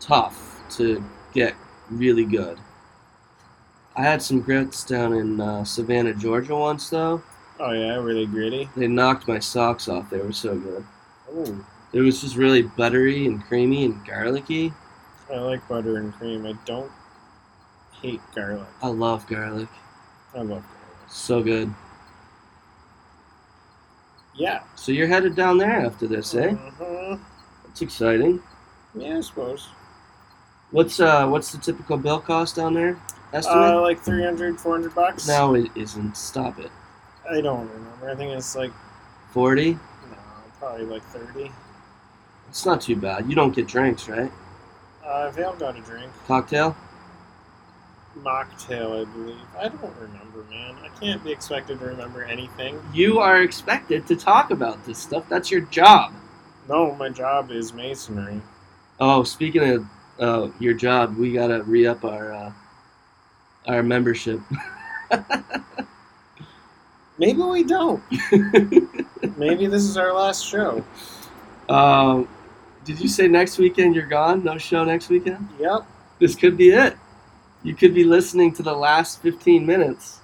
tough to get really good. I had some grits down in uh, Savannah, Georgia once, though. Oh yeah, really gritty. They knocked my socks off. They were so good. Ooh, It was just really buttery and creamy and garlicky. I like butter and cream. I don't hate garlic. I love garlic. I love garlic. So good. Yeah. So you're headed down there after this, eh? Mhm. It's exciting. Yeah, I suppose. What's uh what's the typical bill cost down there? Estimate? Uh, like 300, 400 bucks. no, it isn't. Stop it. I don't remember. I think it's like Forty? no, probably like thirty. It's not too bad. You don't get drinks, right? Uh, they all got a drink. Cocktail? Mocktail, I believe. I don't remember, man. I can't be expected to remember anything. You are expected to talk about this stuff. That's your job. No, my job is masonry. Oh, speaking of uh, your job, we gotta re up our uh, our membership. Maybe we don't. Maybe this is our last show. Um, did you say next weekend you're gone? No show next weekend? Yep. This could be it. You could be listening to the last 15 minutes,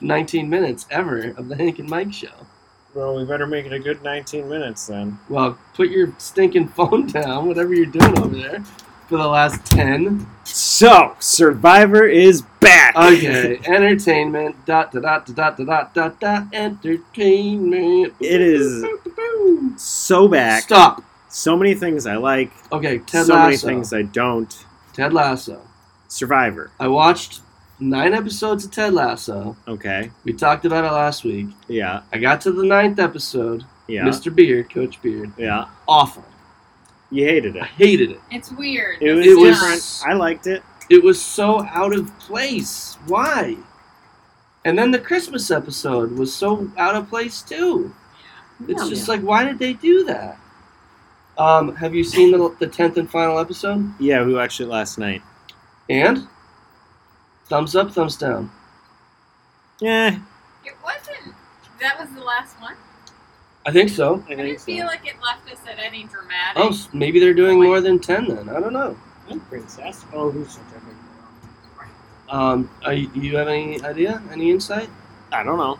19 minutes ever of the Hank and Mike show. Well, we better make it a good 19 minutes then. Well, put your stinking phone down, whatever you're doing over there, for the last 10. So, Survivor is back. Okay, entertainment, dot, dot, dot, dot, dot, dot, dot, dot, entertainment. It is so back. Stop. So many things I like. Okay, Ted so many Lasso. things I don't. Ted Lasso. Survivor. I watched nine episodes of Ted Lasso. Okay. We talked about it last week. Yeah. I got to the ninth episode. Yeah. Mr. Beard, Coach Beard, Yeah. awful. You hated it. I hated it. It's weird. It was, It was- different. I liked it. It was so out of place. Why? And then the Christmas episode was so out of place too. It's just like, why did they do that? Um, have you seen the the tenth and final episode? Yeah, we watched it last night. And thumbs up, thumbs down. Yeah, It wasn't. That was the last one. I think so. I I didn't think so. feel like it left us at any dramatic. Oh, s- maybe they're doing more than ten then. I don't know. Princess. Oh, who's such a big Um, are you, do you have any idea? Any insight? I don't know.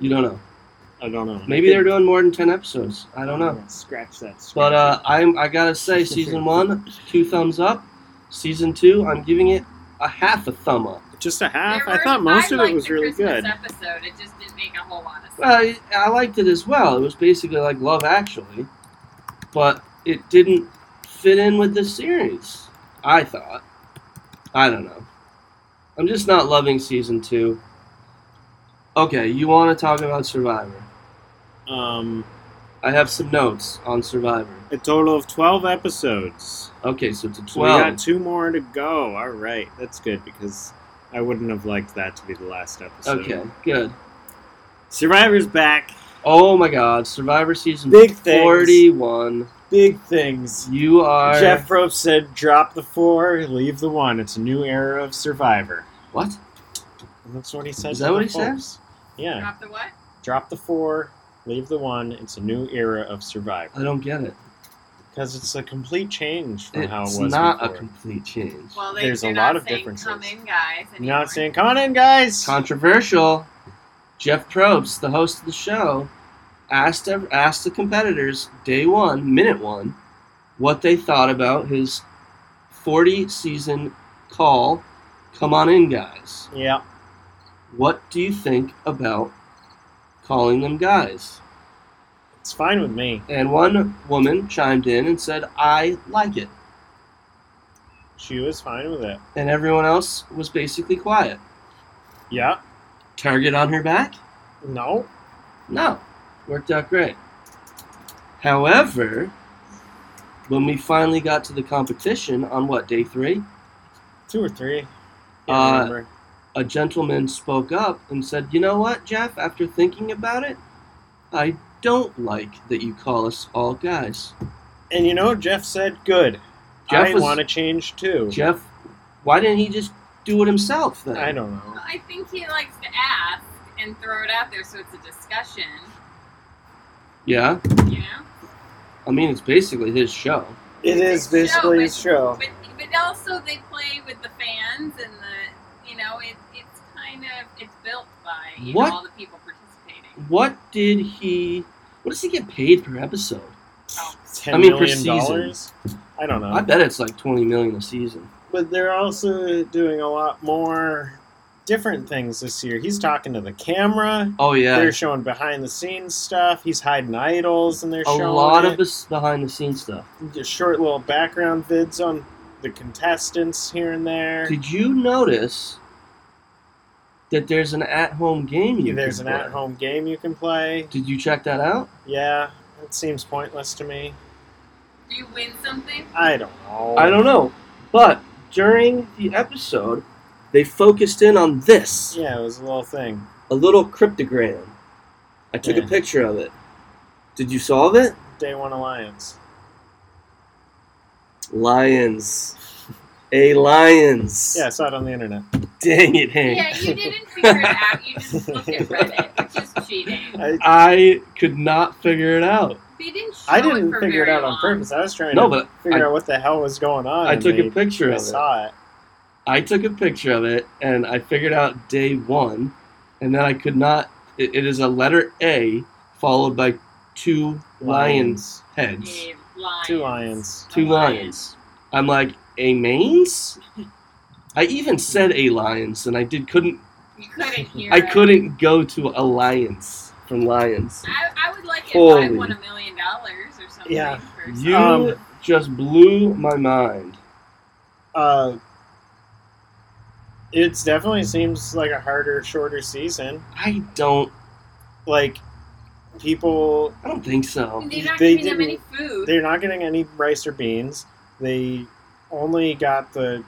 You don't know. I don't know. Maybe they're doing more than ten episodes. I don't know. Scratch that. Scratch But uh, I'm I gotta say, season one, two thumbs up. Season two, I'm giving it a half a thumb up. it. just a half. There I were- thought most of it liked was the really Christmas good. Episode. It just didn't make a whole lot of sense. Well, I, Uh, I liked it as well. It was basically like Love Actually, but it didn't fit in with the series. I thought. I don't know. I'm just not loving season two. Okay, you want to talk about Survivor? Um, I have some notes on Survivor. a total of twelve episodes. Okay, so it's a So we got twelve. two more to go. All right, that's good because I wouldn't have liked that to be the last episode. Okay, good. Survivor's back. Oh my God, Survivor season Big things. forty-one. Big things. You are Jeff Rope said, "Drop the four, leave the one. It's a new era of Survivor." What? And that's what he said. Is to that the what he folks. Yeah. Drop the what? Drop the four, leave the one. It's a new era of Survivor I don't get it. because it's a complete change from how it It's was not before. a complete change. Well, they, There's they're a not lot of saying differences. Come in, guys. You're not anymore. saying, "Come on in, guys." Controversial. Jeff Probst, the host of the show, asked ev- asked the competitors day one, minute one, what they thought about his 40 season call. Come on in, guys. yeah, What do you think about calling them guys? it's fine with me. And one woman chimed in and said, "I like it." She was fine with it. And everyone else was basically quiet. Yeah. Target on her back? No. No, worked out great. However, when we finally got to the competition on what day three, Two or three. Can't Uh, remember. a gentleman spoke up and said, You know what, Jeff, after thinking about it, I don't like that you call us all guys. And you know, Jeff said, "Good. Jeff I was- want to change too." Jeff, why didn't he just do it himself then? I don't know. Well, I think he likes to ask and throw it out there so it's a discussion, Yeah? you know? I mean, it's basically his show. It is It's a show, basically a but- show. But, but also they play with the fans and the, you know, it, it's kind of, it's built by you What? Know, all the people participating. What did he. What does he get paid per episode? Oh, Ten I mean, per million season. dollars. I don't know. I bet it's like 20 million a season. but they're also doing a lot more different things this year. He's talking to the camera. Oh, yeah. They're showing behind the scenes stuff. He's hiding idols, and they're A showing lot it. of this behind the scenes stuff. Just short little background vids on the contestants here and there. Did you notice that there's an at-home game? You There's can an play? at-home game you can play. Did you check that out? Yeah, that seems pointless to me. do you win something? I don't know. I don't know, but during the episode, they focused in on this, Yeah, it was a little thing. a little cryptogram. I took Yeah. a picture of it. Did you solve it? Day One Alliance. Lions. A lions. Yeah, I saw it on the internet. Dang it, Hank. Yeah, you didn't figure it out. You just looked at Reddit, which is cheating. I, I could not figure it out. They didn't show I it didn't for figure it very out long. on purpose. I was trying No, to but figure I- out what the hell was going on. I and took a they- picture I of it. saw it. I took a picture of it and I figured out day one, and then I could not. It, it is a letter A followed by two lions' heads. Yeah, lions. Two lions. Two A lion. lions. I'm like, a mains? I even said a lions, and I did couldn't. You couldn't hear. I it. couldn't go to alliance from lions. I, I would like it if I Holy. won a million dollars or something. Yeah. for You some- Um, just blew my mind. Uh, it definitely seems like a harder, shorter season. I don't. Like people, I don't think so. They're not Oh, they giving them any didn't- food. they're not getting any rice or beans. They only got the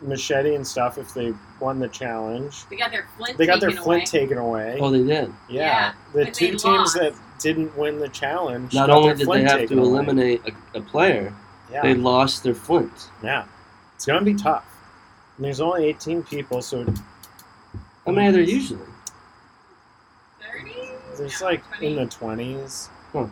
machete and stuff if they won the challenge. They got their flint. They got their taken flint away. taken away. Oh, they did. yeah, Yeah, the but two they teams lost. that didn't win the challenge. Not got only their did they flint have taken to away. eliminate a, a player, yeah, they lost their flint. yeah, it's gonna be tough. And there's only 18 people, so How many are there usually? Thirty. There's No, like in 20. the twenties. Huh.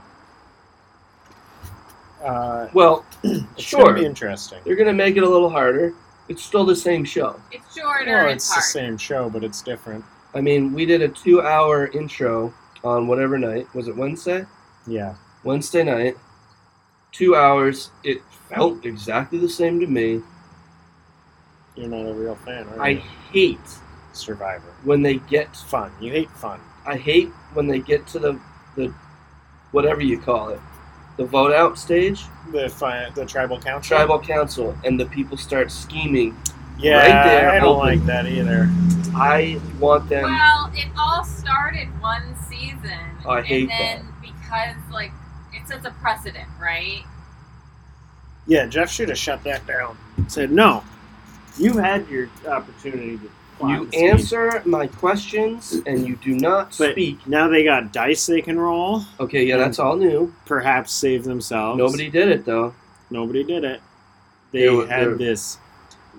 Uh, Well, it's sure. gonna be interesting. They're gonna make it a little harder. It's still the same show. It's shorter. Well, and it's the hard. same show, but it's different. I mean, we did a two-hour intro on whatever night was it Wednesday? Yeah, Wednesday night, two hours. It felt exactly the same to me. you're not a real fan, are I you? hate Survivor. when they get. Fun. You hate fun. I hate when they get to the the whatever you call it, the vote out stage, The fi- the tribal council. tribal council, and the people start scheming. Yeah, right there, I don't open. like that either. I want them. Well, it all started one season. Oh, I hate and then because like it sets a precedent, right? Yeah, Jeff should have shut that down. Said no. You had your opportunity to. plot You and scheme. answer my questions and you do not But- speak. Now they got dice they can roll. Okay, yeah, that's all new. Perhaps save themselves. Nobody did it though. Nobody did it. They They were- had they were- this.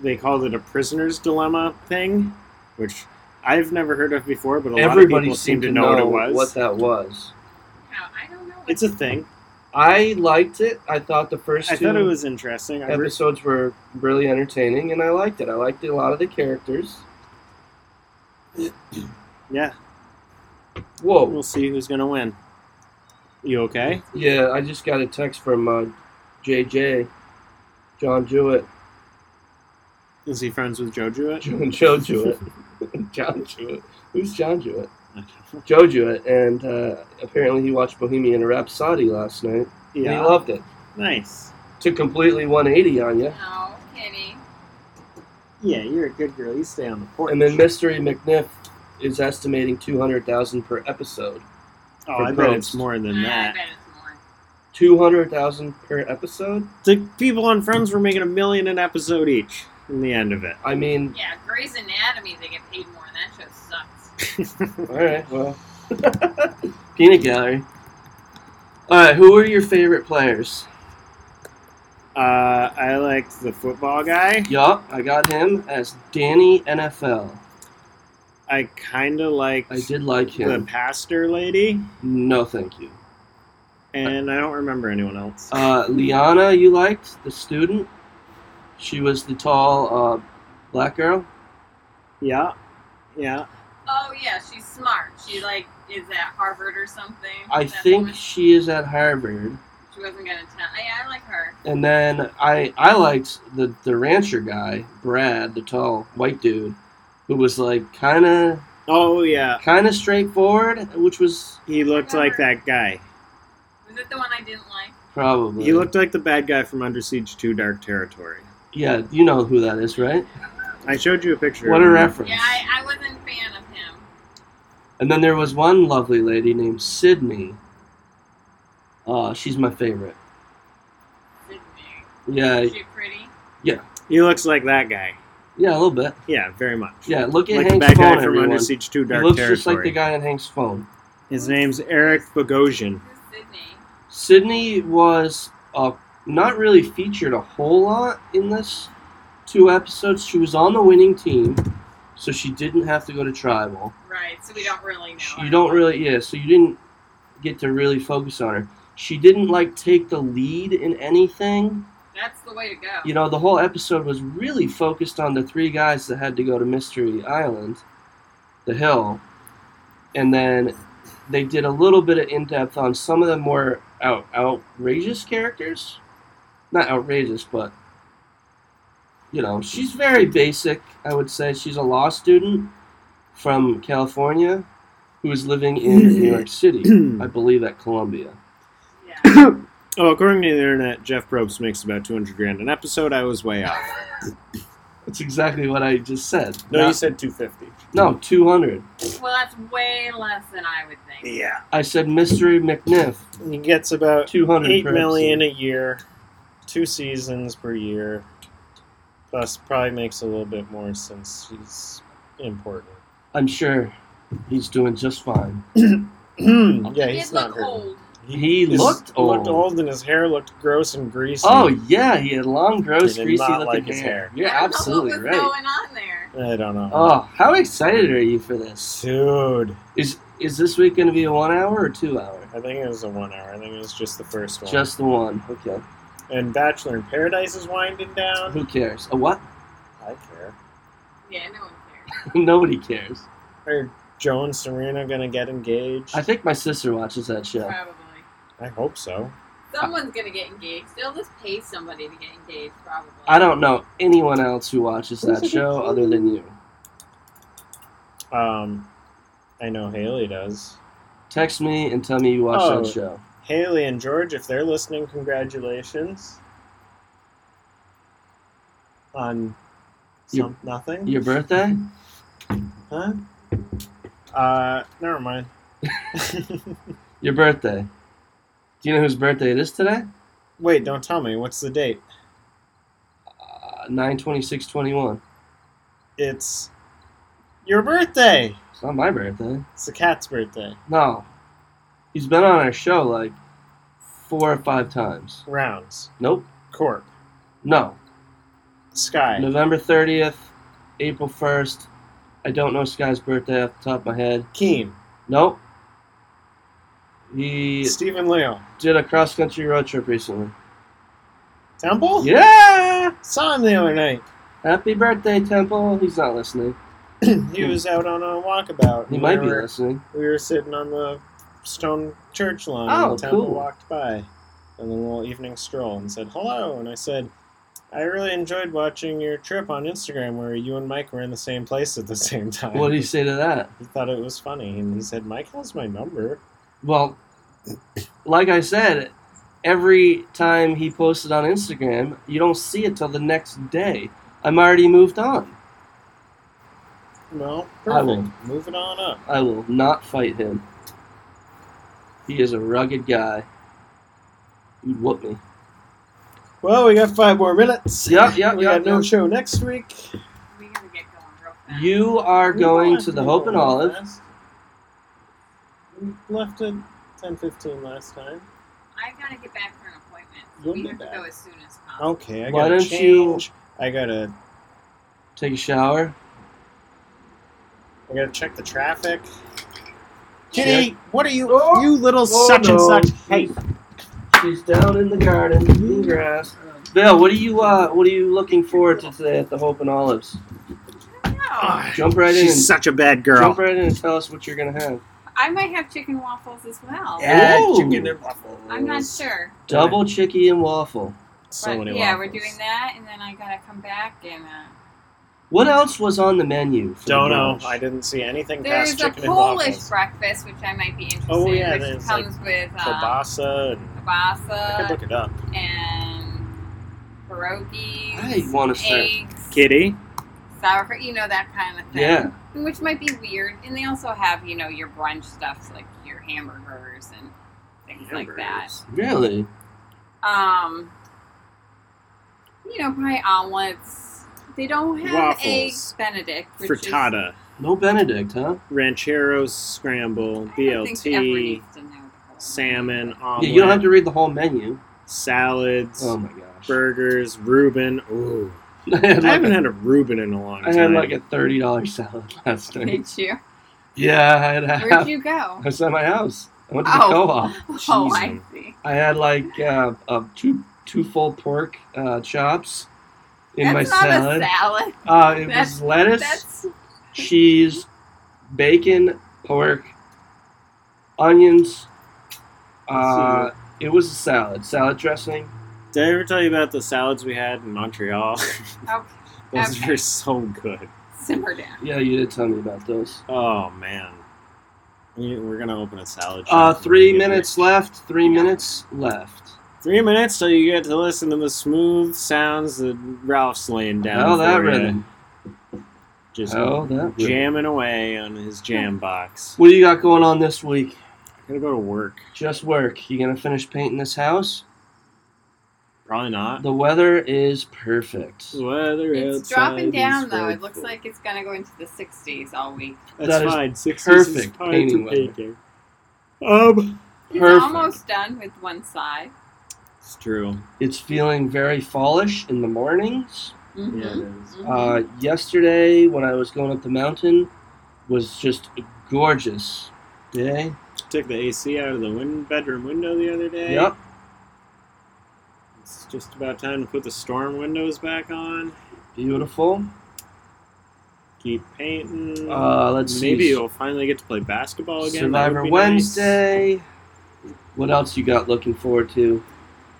They called it a prisoner's dilemma thing, which I've never heard of before, but a lot of Everybody people seem seemed to know, what it was. what that was. Now, I don't know. it's a thing. I liked it. I thought the first I two thought it was interesting. I re- episodes were really entertaining, and I liked it. I liked a lot of the characters. yeah, Whoa! we'll see who's gonna win. You okay? Yeah, I just got a text from uh, JJ, John Jewett, Is he friends with Joe Jewett? John Joe Jewett, John Jewett. Who's John Jewett? yeah, Joe Jewett, and uh, apparently he watched Bohemian Rhapsody last night, and he loved it. nice. Took completely 180 on you. No kidding. Yeah, you're a good girl. You stay on the porch. And then Mystery McNiff is estimating 200,000 per episode. oh, I for bet Probst. it's more than I that. bet it's more. 200,000 per episode? The people on Friends were making a million an episode each. in the end of it. I mean, Yeah, Grey's Anatomy, they get paid more, and that show sucks. all right, well, peanut gallery. All right, who are your favorite players? Uh, I liked the football guy. Yup, I got him as Danny NFL. I kind of liked I did like the him. pastor lady, No, thank you. and I don't remember anyone else. Uh, Liana, you liked the student. She was the tall uh, black girl. yeah, yeah. Oh yeah, she's smart. She like is at Harvard or something. I That think woman. she is at Harvard. she wasn't gonna tell. Yeah, I like her. And then I I liked the the rancher guy, Brad, the tall white dude, who was like kind of Oh yeah, kind of straightforward, which was he looked like that guy. Was it the one I didn't like? probably He looked like the bad guy from Under Siege Two: Dark Territory. yeah you know who that is right? I showed you a picture. What of a him. reference! Yeah, I, I wasn't a fan of him. And then there was one lovely lady named Sydney. Uh, she's my favorite. Sydney. Yeah, Is she pretty? He looks like that guy. yeah, a little bit. Yeah, very much. Yeah, look at like the Hank's bad phone, guy from everyone. Under Siege Two: He Dark looks Territory. just like the guy in Hank's phone. His name's Eric Bogosian. Who's Sydney? Sydney was uh, not really featured a whole lot in this two episodes. She was on the winning team, so she didn't have to go to tribal. Right. So we don't really know. She, her. you don't really, yeah, so you didn't get to really focus on her. She didn't like take the lead in anything. That's the way to go. You know, the whole episode was really focused on the three guys that had to go to Mystery Island, the hill, and then they did a little bit of in depth on some of the more out, outrageous characters. Not outrageous, but you know, she's very basic. I would say she's a law student from California who is living in New York City, I believe, at Columbia. Yeah. Oh, according to the internet, Jeff Probst makes about two hundred grand an episode. I was way off. That's exactly what I just said. No, you Not- said two fifty. no, two hundred. Well, that's way less than I would think. Yeah, I said Mystery McNiff, he gets about two hundred. eight million a year, two seasons per year. Plus, probably makes a little bit more since he's important. I'm sure he's doing just fine. yeah, He he's did not look hurt. old. He His- looked old. Looked old, and his hair looked gross and greasy. Oh yeah, he had long, gross, He did greasy not looking like hair. his hair. You're I don't absolutely know what was right. going on there. I don't know. Oh, how excited are you for this? dude, Is is this week going to be a one hour or two hour? I think it was a one hour. I think it was just the first one. Just the one. Okay. and Bachelor in Paradise is winding down. Who cares? A what? I care. Yeah, no one cares. Nobody cares. Are Joe and Serena gonna get engaged? I think my sister watches that show. Probably. I hope so. Someone's gonna get engaged. They'll just pay somebody to get engaged, probably. I don't know anyone else who watches that show other than you. Um, I know Haley does. Text me and tell me you watch Oh. that show. Haley and George, if they're listening, congratulations. On some, nothing? Your birthday? Huh? Uh, never mind. Your birthday. Do you know whose birthday it is today? Wait, don't tell me. What's the date? Uh, 92621. It's your birthday. It's not my birthday. It's the cat's birthday. No. He's been on our show like four or five times. Rounds. Nope. Corp. No. Sky. November 30th, April 1st. I don't know Sky's birthday off the top of my head. Keen. Nope. He Stephen Leo. did a cross country road trip recently. Temple? Yeah! Saw him the other night. Happy birthday, Temple. He's not listening. he was out on a walkabout. He and might we be were- listening. We were sitting on the stone church lawn. Oh, and Temple cool. walked by on the little evening stroll and said hello. And I said, I really enjoyed watching your trip on Instagram where you and Mike were in the same place at the same time. What do you say to that? He thought it was funny, and he said, "Mike has my number." Well, like I said, every time he posted on Instagram, you don't see it till the next day. I'm already moved on. Well, I will. perfect. Move it on up. I will not fight him. He is a rugged guy. He'd whoop me. Well, we got five more minutes. Yep, yep, We yep, got no yep. show next week. We gotta get going real fast. You are going to the Hope and Olive. We left at ten fifteen last time. I gotta get back for an appointment. You'll we get have to back. Oh. go as soon as possible. Okay, I Why gotta don't you- change. I gotta. Take a shower. I gotta check the traffic. Check. Kitty, what are you? Oh, you little oh such no. and such. Hey, She's down in the garden eating grass. Bill, what are you uh, what are you looking forward to today at the Hope and Olives? No, Ah, Jump right in. she's and- such a bad girl. Jump right in and tell us what you're gonna have. I might have chicken waffles as well. Yeah, Ooh. chicken and waffles. I'm not sure. Double chicky and waffle. So but many yeah, waffles. we're doing that, and then I gotta come back and. Uh, What else was on the menu? For the Don't know. brunch? I didn't see anything There's past a chicken and Polish waffles. breakfast which I might be interested Oh, yeah, in, which there's, like, comes with um, Kielbasa and I could kielbasa look it up. and pierogies, I want to start. eggs, Kitty. sour cream, you know that kind of thing. Yeah. Which might be weird, and they also have you know your brunch stuffs like your hamburgers and things like that. Really? Um, you know, probably omelets. They don't have Waffles. eggs Benedict, which is Frittata. No Benedict, huh? Rancheros scramble. I don't think everyone BLT. needs to know the whole Salmon. Yeah, Omelet. you don't have to read the whole menu. Salads. Oh my gosh. burgers. Reuben. Ooh. I had I haven't like, had a Reuben in a long I time. had like a thirty dollar salad last menu. night. Did you? Yeah, I had a half. Where'd you go? I was at my house. I went to the Oh. co-op. Oh, Jeez, I man. see. I had like uh, uh, two two full pork uh, chops in that's my not salad. a salad. Uh, it That's- was lettuce, That's cheese, bacon, pork, onions. Uh, it was a salad. Salad dressing. Did I ever tell you about the salads we had in Montreal? okay. Those Okay. were so good. Simmer down. Yeah, you did tell me about those. Oh man. You- We're gonna open a salad. Uh, shop and three get minutes rich. left. Three Yeah. minutes left. Three minutes till you get to listen to the smooth sounds that Ralph's laying down. Hell that for ya. rhythm. Just Hell that rhythm. jamming away on his jam box. What do you got going on this week? I'm gonna go to work. Just work. You gonna finish painting this house? Probably not. The weather is perfect. The weather It's outside dropping is down though. It looks frightful. like it's gonna go into the 60s all week. that's That is fine. Six perfect is fine painting for weather. painting. Um, He's Perfect. almost done with one side. it's true. It's feeling very fallish in the mornings. Mhm. Yeah, it is. Mhm. Uh, yesterday, when I was going up the mountain, was just a gorgeous day. Took the AC out of the win- bedroom window the other day. Yep. It's just about time to put the storm windows back on. Beautiful. Keep painting. Uh, let's see. Maybe you'll finally get to play basketball Oh, again. That Survivor would be Nice. Wednesday. What else you got looking forward to?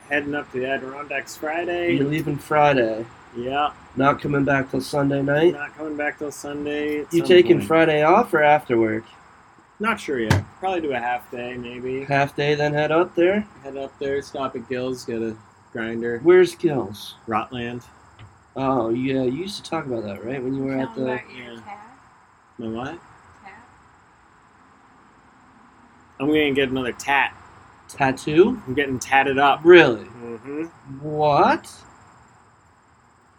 Heading up to the Adirondacks Friday. You're leaving Friday. Yeah, Not coming back till Sunday night. not coming back till Sunday. at You some taking point. Friday off or after work? Not sure yet. Probably do a half day, maybe. Half day, then head up there. Head up there, stop at Gill's, get a grinder. Where's Gills? Rotland. Oh yeah, you used to talk about that, right? When you were at Tell him the about your Yeah. cat. My what? Cat. I'm gonna get another tat. tattoo. I'm getting tatted up. Really? Mm-hmm. What?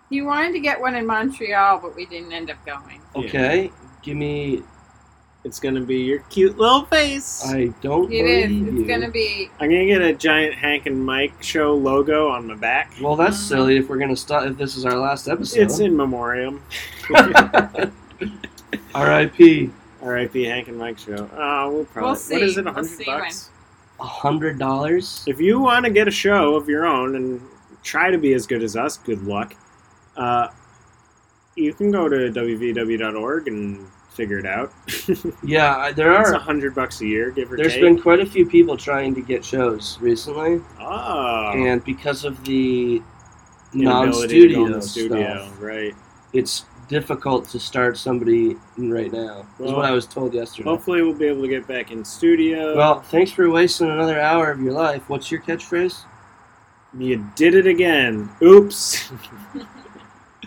You wanted to get one in Montreal, but we didn't end up going. Yeah. Okay, give me. It's gonna be your cute little face. I don't It is. believe It's you. gonna be. I'm gonna get a giant Hank and Mike show logo on my back. Well, that's silly. If we're gonna stop, if this is our last episode. It's in memoriam. R.I.P. R.I.P. Hank and Mike show. Uh, we'll probably. We'll see. What is it? We'll hundred see bucks. A hundred dollars. If you want to get a show of your own and try to be as good as us, good luck. Uh, you can go to wvw.org and figure it out. it's Yeah, I- there a are. hundred bucks a year, give or There's take. been quite a few people trying to get shows recently, oh, and because of the inability to go non-studio, in the studio, stuff, right? it's difficult to start somebody right now. is Well, what I was told yesterday. Hopefully, we'll be able to get back in studio. Well, thanks for wasting another hour of your life. What's your catchphrase? you did it again. Oops.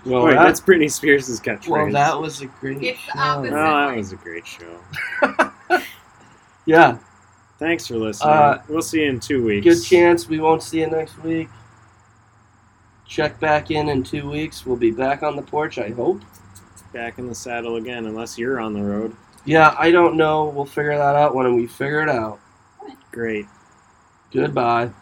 Well, Wait, that- that's Britney Spears' catchphrase. well, that was a great. It's show. the oh, opposite. that was a great show. Yeah, Thanks for listening. Uh, we'll see you in two weeks. good chance we won't see you next week. check back in in two weeks. We'll be back on the porch, I hope. Back in the saddle again, unless you're on the road. Yeah, I don't know. We'll figure that out when we figure it out. Great. Goodbye.